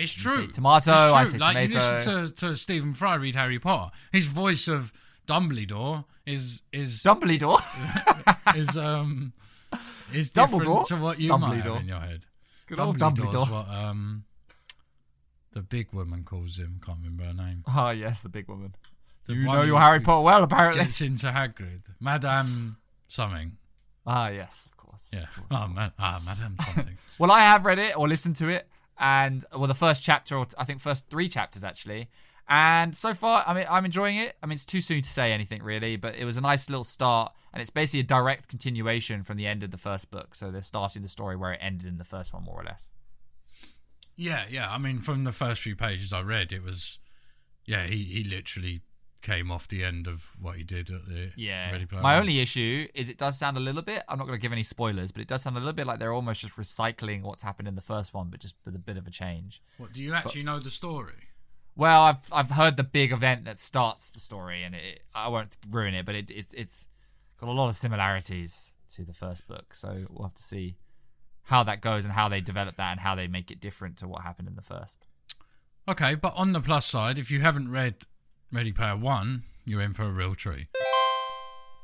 S3: It's
S2: say
S3: true.
S2: tomato,
S3: It's
S2: I
S3: true.
S2: say
S3: like
S2: tomato.
S3: you listen to, to Stephen Fry read Harry Potter. His voice of Dumbledore is is
S2: Dumbledore.
S3: is um is different
S2: Dumbledore?
S3: to what you might have
S2: Dumbledore.
S3: in your head.
S2: Good old
S3: Dumbledore's
S2: Dumbledore.
S3: What um the big woman calls him. Can't remember her name.
S2: Ah, yes, the big woman.
S3: The
S2: you
S3: one
S2: know
S3: who
S2: your Harry Potter well, apparently.
S3: Gets into Hagrid, Madame something.
S2: <laughs> Ah, yes, of course.
S3: Yeah.
S2: of course,
S3: Ah,
S2: of
S3: ma-
S2: course.
S3: ah, Madame something.
S2: <laughs> Well, I have read it or listened to it, and well, the first chapter, or t- I think first three chapters actually. And so far, I mean, I'm enjoying it. I mean, it's too soon to say anything really, but it was a nice little start, and it's basically a direct continuation from the end of the first book. So they're starting the story where it ended in the first one, more or less.
S3: Yeah, yeah. I mean, from the first few pages I read, it was, yeah, he, he literally came off the end of what he did at the
S2: Yeah.
S3: Ready Player
S2: My
S3: One.
S2: only issue is it does sound a little bit. I'm not going to give any spoilers, but it does sound a little bit like they're almost just recycling what's happened in the first one, but just with a bit of a change.
S3: What do you actually know the story?
S2: Well, I've I've heard the big event that starts the story, and it, I won't ruin it, but it, it's it's got a lot of similarities to the first book, so we'll have to see how that goes and how they develop that and how they make it different to what happened in the first.
S3: Okay, but on the plus side, if you haven't read Ready Player One, you're in for a real treat.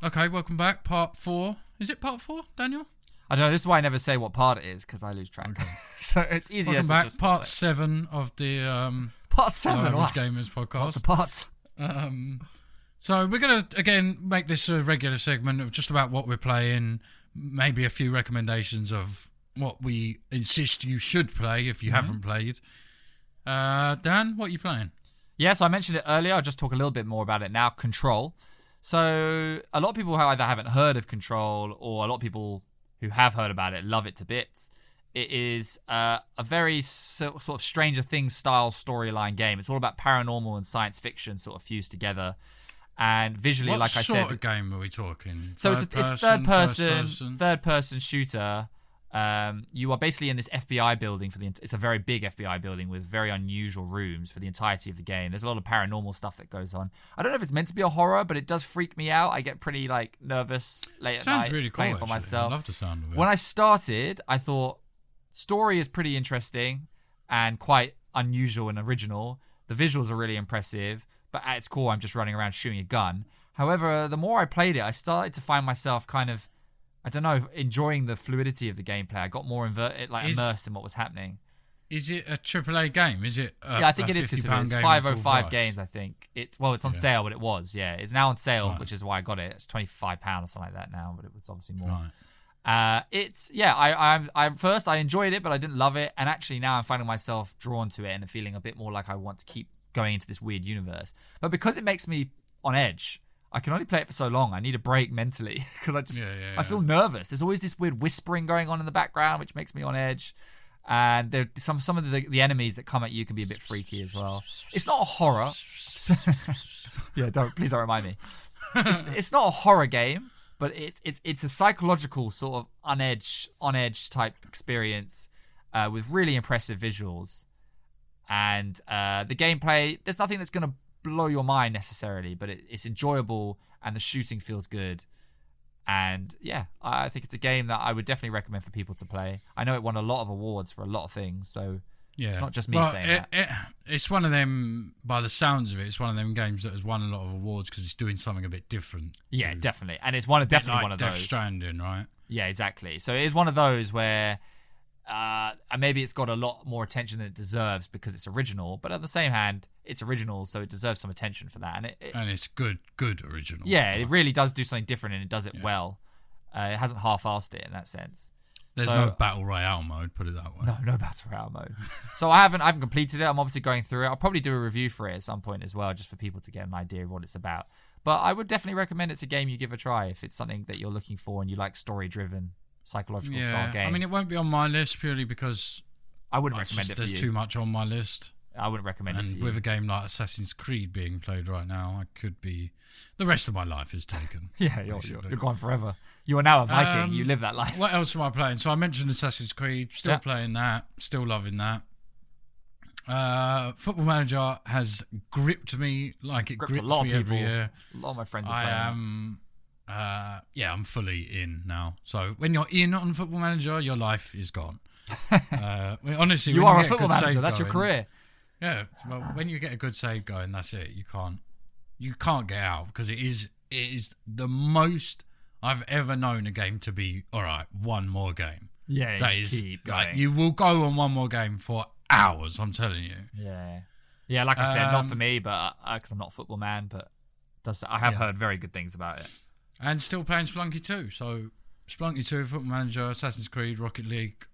S3: Okay, welcome back. Part four. Is it part four, Daniel?
S2: I don't know. This is why I never say what part it is because I lose track. <laughs> so it's easier
S3: welcome
S2: to
S3: back.
S2: just
S3: part
S2: say.
S3: seven of the um,
S2: part
S3: Low
S2: seven.
S3: Average
S2: Wow.
S3: Gamers
S2: Lots
S3: podcast.
S2: of parts.
S3: Um, so we're gonna again make this a regular segment of just about what we're playing, maybe a few recommendations of what we insist you should play if you
S2: Mm-hmm.
S3: haven't played. Uh, Dan, what are you playing?
S2: Yeah, so I mentioned it earlier. I'll just talk a little bit more about it now. Control. So a lot of people who either haven't heard of Control or a lot of people who have heard about it love it to bits. It is uh, a very so, sort of Stranger Things style storyline game. It's all about paranormal and science fiction sort of fused together. And visually,
S3: what
S2: like I
S3: sort
S2: said,
S3: of game are we talking?
S2: so it's, a, it's third
S3: first
S2: person, third person shooter. Um, you are basically in this FBI building for the. ent- It's a very big FBI building with very unusual rooms for the entirety of the game. There's a lot of paranormal stuff that goes on. I don't know if it's meant to be a horror, but it does freak me out. I get pretty like nervous late at
S3: Sounds
S2: night
S3: really cool.
S2: playing it by
S3: Actually.
S2: myself.
S3: I love the sound of it.
S2: When I started, I thought story is pretty interesting and quite unusual and original. The visuals are really impressive, but at its core, I'm just running around shooting a gun. However, the more I played it, I started to find myself kind of, I don't know, enjoying the fluidity of the gameplay. I got more inverted, like
S3: Is-
S2: immersed in what was happening.
S3: is it a AAA game? Is it? A,
S2: yeah, I think
S3: a
S2: it is considered.
S3: £50
S2: It's
S3: game at full
S2: 505
S3: price?
S2: games, I think. It's well, it's on
S3: Yeah.
S2: sale, but it was yeah, it's now on sale,
S3: Right.
S2: which is why I got it. It's 25 pound or something like that now, but it was obviously more.
S3: Right.
S2: Uh, it's yeah. I I'm I first I enjoyed it, but I didn't love it, and actually now I'm finding myself drawn to it and feeling a bit more like I want to keep going into this weird universe. But because it makes me on edge, I can only play it for so long. I need a break mentally <laughs> because I just
S3: Yeah, yeah,
S2: I
S3: yeah.
S2: feel nervous. There's always this weird whispering going on in the background, which makes me on edge. And there some some of the, the enemies that come at you can be a bit freaky as well. It's not a horror. <laughs> yeah, don't please don't remind me. It's, it's not a horror game, but it, it's it's a psychological sort of on edge on edge type experience uh, with really impressive visuals and uh, the gameplay there's nothing that's going to blow your mind necessarily but it, it's enjoyable and the shooting feels good and yeah i I think it's a game that i would definitely recommend for people to play i know it won a lot of awards for a lot of things so
S3: Yeah,
S2: It's not just me
S3: Well,
S2: saying
S3: it, it- it's one of them. By the sounds of it, it's one of them games that has won a lot of awards because it's doing something a bit different.
S2: yeah
S3: to-
S2: definitely and it's one of definitely
S3: like
S2: one of
S3: Death
S2: those
S3: Stranding, right?
S2: yeah exactly so it is one of those where uh, and maybe it's got a lot more attention than it deserves because it's original but at the same hand it's original so it deserves some attention for that and it, it,
S3: And it's good, good original.
S2: Yeah, it really does do something different, and it does it well. Uh, it hasn't half-assed it in that
S3: <laughs>
S2: sense.
S3: There's
S2: so-
S3: no battle royale mode. Put it that way.
S2: No, no battle royale mode. so I haven't, I haven't completed it. I'm obviously going through it. I'll probably do a review for it at some point as well, just for people to get an idea of what it's about. But I would definitely recommend it's a game you give a try if it's something that you're looking for and you like story-driven psychological style
S3: yeah,
S2: games.
S3: I mean, it won't be on my list purely because
S2: I wouldn't
S3: I
S2: recommend
S3: just-
S2: it for
S3: there's
S2: you.
S3: too much on my list.
S2: I wouldn't recommend it
S3: And
S2: for
S3: with
S2: you.
S3: a game like Assassin's Creed being played right now, I could be. The rest of my life is taken.
S2: <laughs> yeah, you're, you're,
S3: basically.
S2: you're gone forever. You are now a Viking.
S3: Um,
S2: you live that
S3: <laughs>
S2: life.
S3: What else am I playing? So I mentioned Assassin's Creed. Still
S2: Yeah.
S3: playing that. Still loving that. Uh, Football Manager has gripped me like it
S2: Gripped a
S3: grips
S2: lot of
S3: me
S2: people.
S3: every year.
S2: A lot of my friends are
S3: I
S2: playing. it.
S3: am. Uh, yeah, I'm fully in now. So when you're in on Football Manager, your life
S2: <laughs>
S3: is gone. uh, well, honestly,
S2: you
S3: when
S2: are a
S3: get
S2: football
S3: good
S2: manager.
S3: save
S2: That's your
S3: going-
S2: career.
S3: yeah, well, when you get a good save going, that's it. You can't, you can't get out because it is, it is the most I've ever known a game to be. All right, one more game.
S2: Yeah,
S3: that
S2: just
S3: is,
S2: keep going.
S3: like, you will go on one more game for hours. I'm telling you.
S2: Yeah, yeah. Like I said, not for
S3: Um,
S2: me, but because I'm not a football man. But does I have
S3: Yeah.
S2: heard very good things about it.
S3: And still playing Splunky 2. So Splunky 2, Football Manager, Assassin's Creed, Rocket League.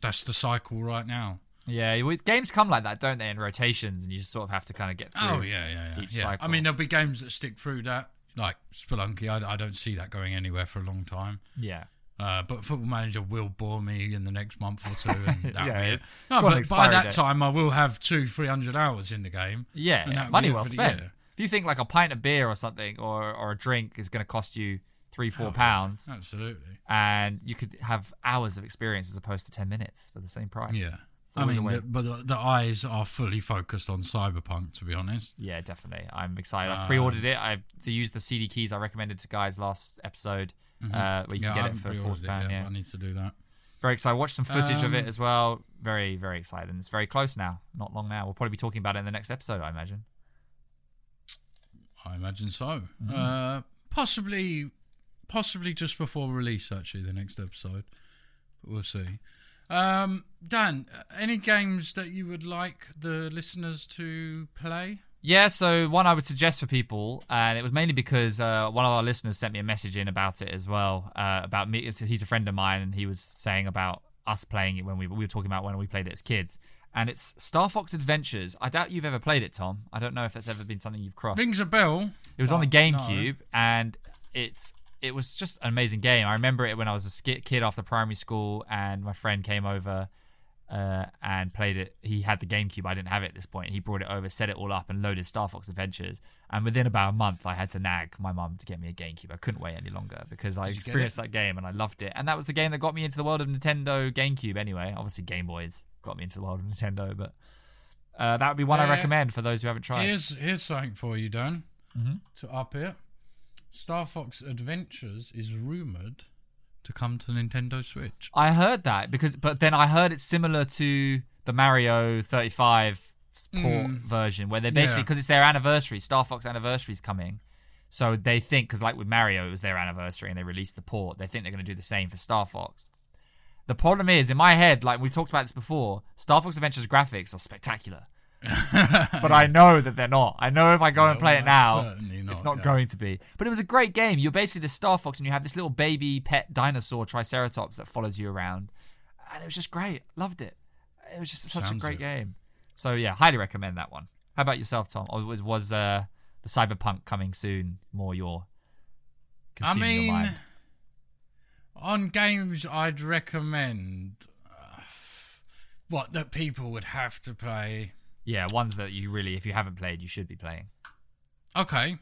S3: That's the cycle right now.
S2: Yeah, we- games come like that, don't they? In rotations, and you just sort of have to kind of get through.
S3: Oh yeah, yeah, yeah.
S2: each
S3: yeah.
S2: cycle.
S3: I mean, there'll be games that stick through that, like Spelunky. I, I don't see that going anywhere for a long time.
S2: yeah.
S3: Uh, but Football Manager will bore me in the next month or two,
S2: <laughs>
S3: and that'll
S2: Yeah,
S3: be
S2: yeah.
S3: it. No,
S2: Got an
S3: but by
S2: expiry
S3: that
S2: date.
S3: time, I will have two, three hundred hours in the game.
S2: Yeah,
S3: And
S2: yeah,
S3: that'll be
S2: money
S3: it
S2: well
S3: for the
S2: spent.
S3: year.
S2: If you think like a pint of beer or something, or or a drink is going to cost you three, four pounds,
S3: Absolutely.
S2: and you could have hours of experience as opposed to ten minutes for the same price.
S3: Yeah.
S2: It's
S3: I
S2: always a
S3: mean,
S2: way-
S3: the, but the, the eyes are fully focused on Cyberpunk, to be honest.
S2: Yeah, definitely. I'm excited. I've
S3: Um,
S2: pre-ordered it. I've used the CD keys I recommended to guys last episode, uh, where you
S3: Mm-hmm. yeah,
S2: can
S3: I
S2: get it
S3: haven't
S2: for
S3: pre-ordered
S2: four
S3: it
S2: pound.
S3: yet,
S2: Yeah,
S3: but I need to do that.
S2: very excited. I watched some footage of it
S3: Um,
S2: as well. Very, very excited, and it's very close now. Not long now. We'll probably be talking about it in the next episode, I imagine.
S3: I imagine so.
S2: Mm-hmm.
S3: Uh, possibly, possibly just before release. Actually, the next episode, but we'll see. Um, Dan, any games that you would like the listeners to play?
S2: Yeah, so one I would suggest for people, and it was mainly because uh, one of our listeners sent me a message in about it as well. Uh, about me, it's- he's a friend of mine, and he was saying about us playing it when we, we were talking about when we played it as kids. And it's Star Fox Adventures. I doubt you've ever played it, Tom. I don't know if that's ever been something you've crossed.
S3: Rings a bell.
S2: It was on the
S3: Oh,
S2: GameCube, and it's it was just an amazing game. I remember it when I was a ski- kid after primary school, and my friend came over uh, and played it. He had the GameCube. I didn't have it at this point. He brought it over, set it all up, and loaded Star Fox Adventures. And within about a month, I had to nag my mum to get me a GameCube. I couldn't wait any longer because I
S3: Did you get
S2: experienced that game and I loved it. And that was the game that got me into the world of Nintendo GameCube. Anyway, obviously Game Boys got me into the world of Nintendo, but. Uh, that would be one I
S3: Yeah.
S2: recommend for those who haven't tried.
S3: Here's here's something for you, Dan,
S2: Mhm.
S3: to up it. Star Fox Adventures is rumored to come to Nintendo Switch.
S2: I heard that because, but then I heard it's similar to the Mario 35 port
S3: Mm.
S2: version, where they basically
S3: Yeah.
S2: because it's their anniversary, Star Fox anniversary's coming, so they think because like with Mario, it was their anniversary and they released the port. They think they're going to do the same for Star Fox. The problem is, in my head, like we talked about this before, Star Fox Adventures graphics are
S3: <laughs>
S2: spectacular, but I know that they're not. I know if I <coughs> go and
S3: No,
S2: play it
S3: that's
S2: now,
S3: certainly not,
S2: it's not
S3: yeah.
S2: going to be. But it was a great game. You're basically the Star Fox, and you have this little baby pet dinosaur Triceratops that follows you around, and it was just great. Loved it. It was just such a
S3: Sounds
S2: great
S3: it.
S2: game. So yeah, highly recommend that one. How about yourself, Tom? Or was was uh, the cyberpunk coming soon more your
S3: I
S2: consuming your
S3: mean,
S2: mind?
S3: on games I'd recommend uh, what that people would have to play.
S2: Yeah, ones that you really, if you haven't played, you should be playing.
S3: Okay,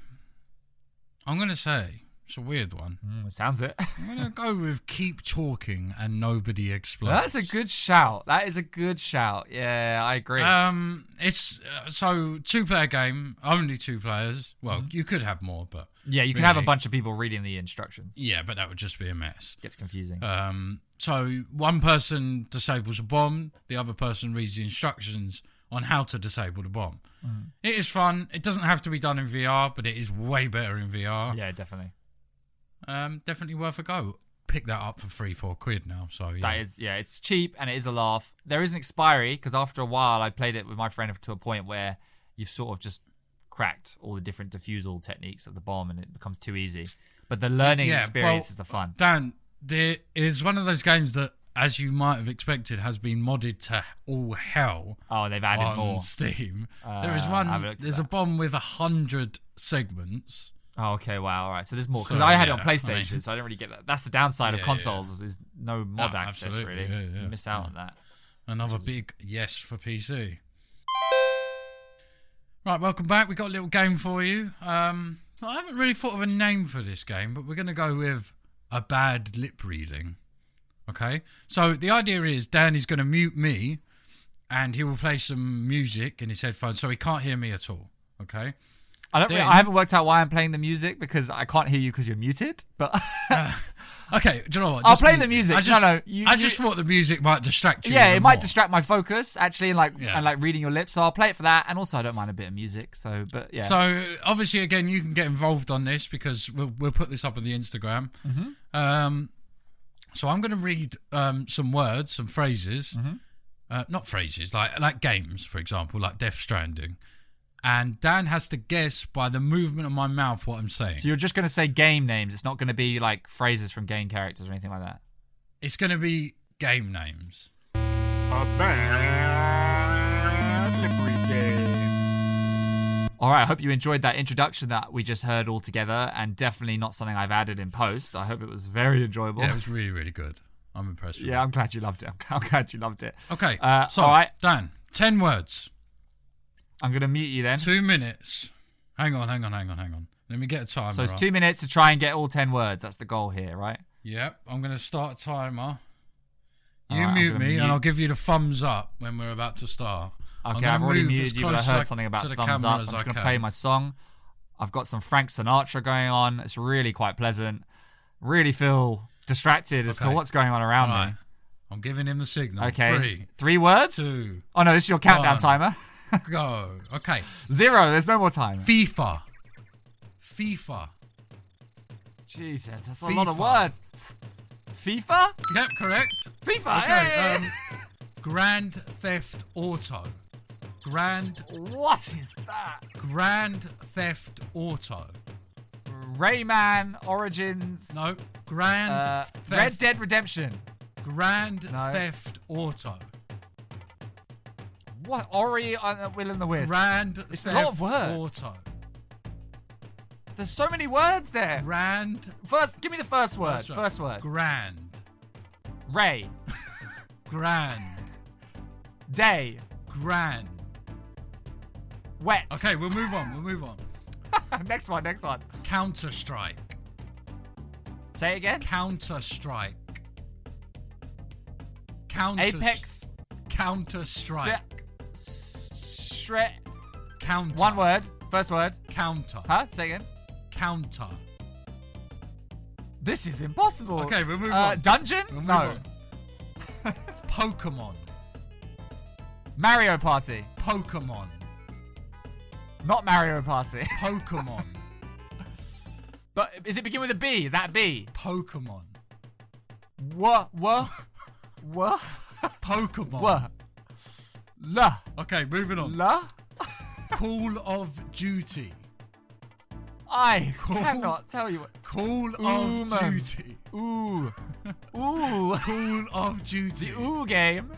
S3: I'm gonna say it's a weird one.
S2: Mm, sounds <laughs> it.
S3: I'm gonna go with keep talking and nobody explodes.
S2: That's a good shout. That is a good shout. Yeah, I agree.
S3: Um, it's uh, so two player game, only two players. Well,
S2: Mm-hmm.
S3: you could have more, but
S2: yeah, you can have a
S3: really-
S2: bunch of people reading the instructions.
S3: Yeah, but that would just be a mess.
S2: Gets confusing.
S3: Um, so one person disables a bomb, the other person reads the instructions on how to disable the bomb.
S2: Mm-hmm.
S3: It is fun. It doesn't have to be done in VR, but it is way better in VR.
S2: yeah, definitely.
S3: Um, definitely worth a go. Pick that up for three, four quid now. So yeah.
S2: That is, yeah, it's cheap and it is a laugh. There is an expiry because after a while, I played it with my friend to a point where you've sort of just cracked all the different diffusal techniques of the bomb and it becomes too easy. But the learning
S3: Yeah,
S2: experience
S3: well,
S2: is the fun.
S3: Dan, there is one of those games that, as you might have expected, has been modded to all hell.
S2: Oh, they've added
S3: on
S2: more.
S3: Steam. there is
S2: Uh, I haven't
S3: one.
S2: looked at
S3: There's a
S2: that.
S3: bomb with a hundred segments.
S2: Oh, okay, wow, all right. So there's more because
S3: So,
S2: I had it on
S3: yeah, I mean-
S2: PlayStation, so I didn't really get that. That's the downside of
S3: Yeah, yeah.
S2: consoles. There's no mod
S3: No,
S2: access
S3: absolutely,
S2: really.
S3: yeah, yeah,
S2: you miss out
S3: yeah.
S2: on that.
S3: Another big yes for PC. Right, welcome back. We got a little game for you. Um, I haven't really thought of a name for this game, but we're going to go with a bad lip reading. Okay, so the idea is Dan is going to mute me, and he will play some music in his headphones, so he can't hear me at all.
S2: <laughs>
S3: Okay,
S2: I don't.
S3: Then-
S2: really- I haven't worked out why I'm playing the music because I can't hear you because you're muted. But <laughs>
S3: Uh, okay. Do you know what?
S2: I'll
S3: Just
S2: play
S3: mute
S2: the
S3: me.
S2: music.
S3: I
S2: No,
S3: just,
S2: no, you-
S3: I
S2: you-
S3: just thought the music might distract you.
S2: yeah,
S3: even
S2: it might
S3: more.
S2: distract my focus actually, and like
S3: Yeah.
S2: and like reading your lips. So I'll play it for that, and also I don't mind a bit of music. So, but yeah,
S3: So obviously, again, you can get involved on this because we'll we'll put this up on the Instagram.
S2: Mm-hmm.
S3: Um, so I'm going to read um, some words, some phrases,
S2: Mm-hmm.
S3: uh, not phrases like like games, for example, like Death Stranding, and Dan has to guess by the movement of my mouth what I'm saying.
S2: so you're just gonna say game names. It's not gonna be like phrases from game characters or anything like that.
S3: It's going to be game names.
S5: A bad livery game.
S2: All right, I hope you enjoyed that introduction that we just heard all together, and definitely not something I've added in post. I hope it was very enjoyable.
S3: Yeah, it was really really good. I'm impressed. With
S2: <laughs> Yeah, I'm glad you loved it. <laughs> I'm glad you loved it.
S3: it. Okay.
S2: Uh,
S3: so
S2: all right.
S3: Dan, ten words,
S2: I'm gonna mute you then.
S3: two minutes. Hang on, hang on, hang on, hang on. Let me get a timer.
S2: So it's
S3: up.
S2: two minutes to try and get all ten words. That's the goal here, right?
S3: Yep, I'm going to start a timer.
S2: All
S3: You
S2: right, I'm
S3: mute
S2: gonna
S3: me,
S2: mute-
S3: and I'll give you the thumbs up when we're about to start. I'm
S2: Okay,
S3: gonna
S2: I've already
S3: move as
S2: muted you, but I
S3: close
S2: heard
S3: as
S2: something about
S3: to the
S2: thumbs
S3: camera
S2: up. I'm
S3: as
S2: just
S3: I
S2: going to
S3: can.
S2: play my song. I've got some Frank Sinatra going on. It's really quite pleasant. Really feel distracted as to
S3: Okay.
S2: what's going on around
S3: All right, I'm giving him the signal.
S2: me. Okay, <laughs>
S3: three,
S2: three words.
S3: two,
S2: Oh no, this is your countdown
S3: one.
S2: timer.
S3: go. Okay,
S2: Zero. There's no more time.
S3: FIFA, FIFA.
S2: Jesus, that's a lot of
S3: FIFA.
S2: words. FIFA,
S3: Yep, correct.
S2: FIFA.
S3: Okay,
S2: hey!
S3: um, Grand Theft Auto, Grand
S2: <laughs> what is that?
S3: Grand Theft Auto.
S2: Rayman Origins.
S3: No, Grand
S2: uh,
S3: Theft
S2: Red Dead Redemption.
S3: Grand
S2: No.
S3: Theft Auto.
S2: What? Ori on the Will and the Wisp.
S3: Grand
S2: It's a
S3: Theft
S2: lot of words.
S3: Auto.
S2: There's so many words there.
S3: Grand.
S2: First, give me the first word. First, word.
S3: Grand.
S2: Ray.
S3: Grand.
S2: Day.
S3: Grand.
S2: Wet.
S3: Okay, we'll move on. We'll move on.
S2: <laughs> next one. Next one.
S3: Counter Strike.
S2: Say it again.
S3: Counter Strike. Counter.
S2: Apex.
S3: Counter Strike.
S2: Shre-
S3: Counter.
S2: one word. First word.
S3: Counter.
S2: Huh? Say again.
S3: Counter.
S2: This is impossible.
S3: Okay, we'll move
S2: uh,
S3: on.
S2: Dungeon?
S3: We'll move
S2: no.
S3: on. <laughs> Pokemon.
S2: Mario Party.
S3: Pokemon.
S2: Not Mario Party. <laughs>
S3: Pokemon.
S2: but is it begin with a B? Is that a B?
S3: Pokemon.
S2: What? What? What?
S3: Pokemon.
S2: What? La.
S3: Okay, moving on.
S2: La.
S3: Call of Duty. <laughs>
S2: I
S3: Cool.
S2: cannot tell you. what-
S3: Call
S2: Ooh,
S3: of
S2: man.
S3: Duty.
S2: Ooh. <laughs> Ooh.
S3: Call of Duty.
S2: The Ooh game.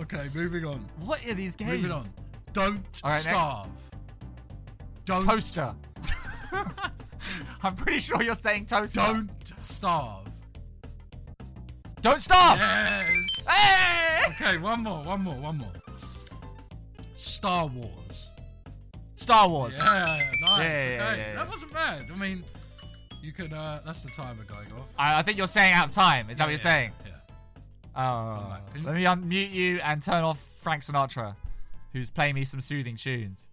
S3: Okay, moving on.
S2: What are these games?
S3: Moving on. Don't
S2: All right, next.
S3: starve. Don't- <laughs>
S2: toaster. I'm pretty sure you're saying toaster.
S3: Don't starve.
S2: Don't starve.
S3: Yes.
S2: Hey!
S3: Okay, one more, one more, one more. Star Wars.
S2: Star Wars.
S3: Yeah, nice.
S2: Yeah, yeah,
S3: okay.
S2: yeah, yeah.
S3: That wasn't bad. I mean, you could. Uh, that's the timer going off.
S2: I, I think you're saying out of time. Is that what you're
S3: Yeah,
S2: saying?
S3: Yeah.
S2: Oh.
S3: Can you-
S2: Let me unmute you and turn off Frank Sinatra, who's playing me some soothing tunes.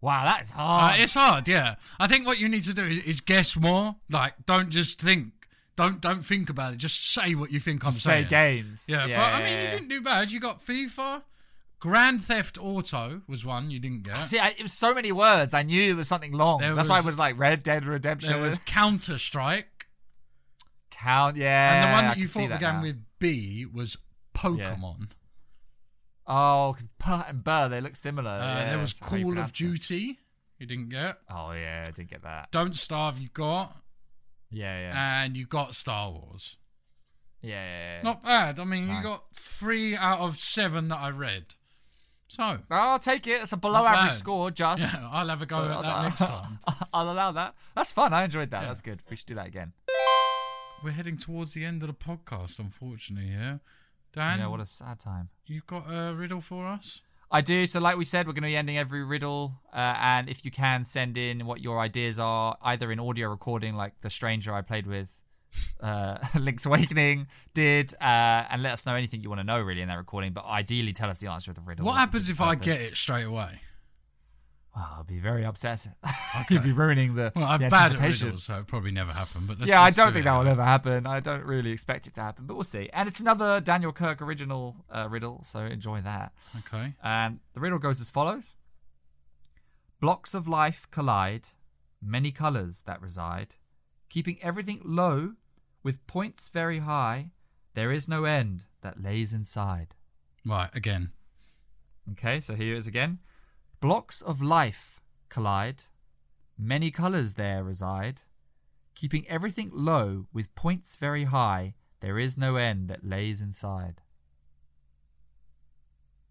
S2: Wow, that is
S3: Uh,
S2: hard.
S3: it's hard. Yeah. I think what you need to do is, is guess more. Like, don't just think. Don't don't think about it. Just say what you think I'm
S2: Just say
S3: saying.
S2: games.
S3: Yeah, but I mean,
S2: yeah,
S3: you
S2: yeah.
S3: didn't do bad. You got FIFA, Grand Theft Auto was one you didn't get.
S2: See, I, it was so many words. I knew it was something long.
S3: There
S2: That's why it
S3: was-
S2: was like Red Dead Redemption.
S3: There was
S2: Was
S3: Counter Strike,
S2: count, yeah.
S3: and the one
S2: I
S3: that you
S2: can see
S3: thought
S2: that
S3: began
S2: now.
S3: with B was Pokemon.
S2: Oh, because Pur and Burr, they look similar.
S3: Uh,
S2: yeah,
S3: there was
S2: that's how you
S3: Call
S2: pronounce
S3: of
S2: it.
S3: Duty. You didn't get.
S2: Oh, yeah, I didn't get that.
S3: Don't Starve. You got,
S2: Yeah, yeah.
S3: and you got Star Wars.
S2: yeah, yeah, yeah.
S3: Not bad. I mean, you
S2: Nice.
S3: got three out of seven that I read. So <laughs>
S2: Oh, I'll take it. It's a below
S3: Not
S2: average
S3: bad.
S2: score, just.
S3: yeah, I'll have a go
S2: So
S3: at
S2: I'll-
S3: that
S2: <laughs>
S3: next time.
S2: I'll allow that. That's fun. I enjoyed that.
S3: Yeah.
S2: That's good. We should do that again.
S3: We're heading towards the end of the podcast, unfortunately. Yeah, Dan,
S2: yeah, what a sad time.
S3: you've got a riddle for us.
S2: I do. So, like we said, we're going to be ending every riddle. Uh, and if you can send in what your ideas are, either in audio recording, like the stranger I played with, uh, <laughs> Link's Awakening did, uh, and let us know anything you want to know really in that recording. But ideally, tell us the answer of the riddle.
S3: What happens if I get
S2: it?
S3: it straight away?
S2: Well, I'll be very upset. <laughs> You'd be ruining the,
S3: Well, I'm
S2: the
S3: bad at
S2: anticipation.
S3: riddles, so it probably never happened. But let's
S2: yeah, I
S3: just
S2: don't
S3: do
S2: think
S3: it.
S2: that will ever happen. I don't really expect it to happen, but we'll see. And it's another Daniel Kirk original uh, riddle, so enjoy that.
S3: <laughs> Okay.
S2: And the riddle goes as follows Blocks of life collide, many colours that reside, keeping everything low with points very high. There is no end that lays inside.
S3: Right again.
S2: Okay, so here it is again. Blocks of life collide, many colours there reside, keeping everything low with points very high. There is no end that lays inside.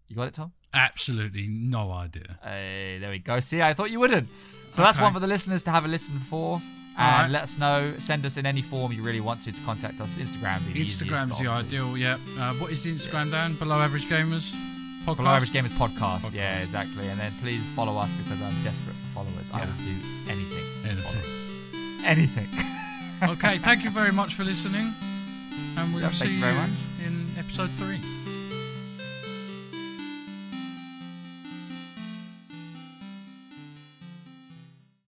S2: You got it, Tom?
S3: Absolutely no idea.
S2: Hey, Uh, there we go. See, I thought you wouldn't. So that's
S3: Okay.
S2: one for the listeners to have a listen for. And
S3: Alright.
S2: let us know. Send us in any form you really want to to contact us. Instagram. Be the easiest,
S3: Instagram's the
S2: obviously.
S3: ideal. Yeah. Uh, what is the Instagram, Dan? Below Average Gamers. Podcast.
S2: Below Average Gamers podcast.
S3: Podcast.
S2: Yeah, exactly. And then please follow us because I'm desperate for followers. I
S3: Yeah.
S2: would do anything.
S3: Anything.
S2: Follow- Anything. <laughs>
S3: okay. Thank you very much for listening, and we'll
S2: Yeah,
S3: see
S2: thank you very much.
S3: in episode three.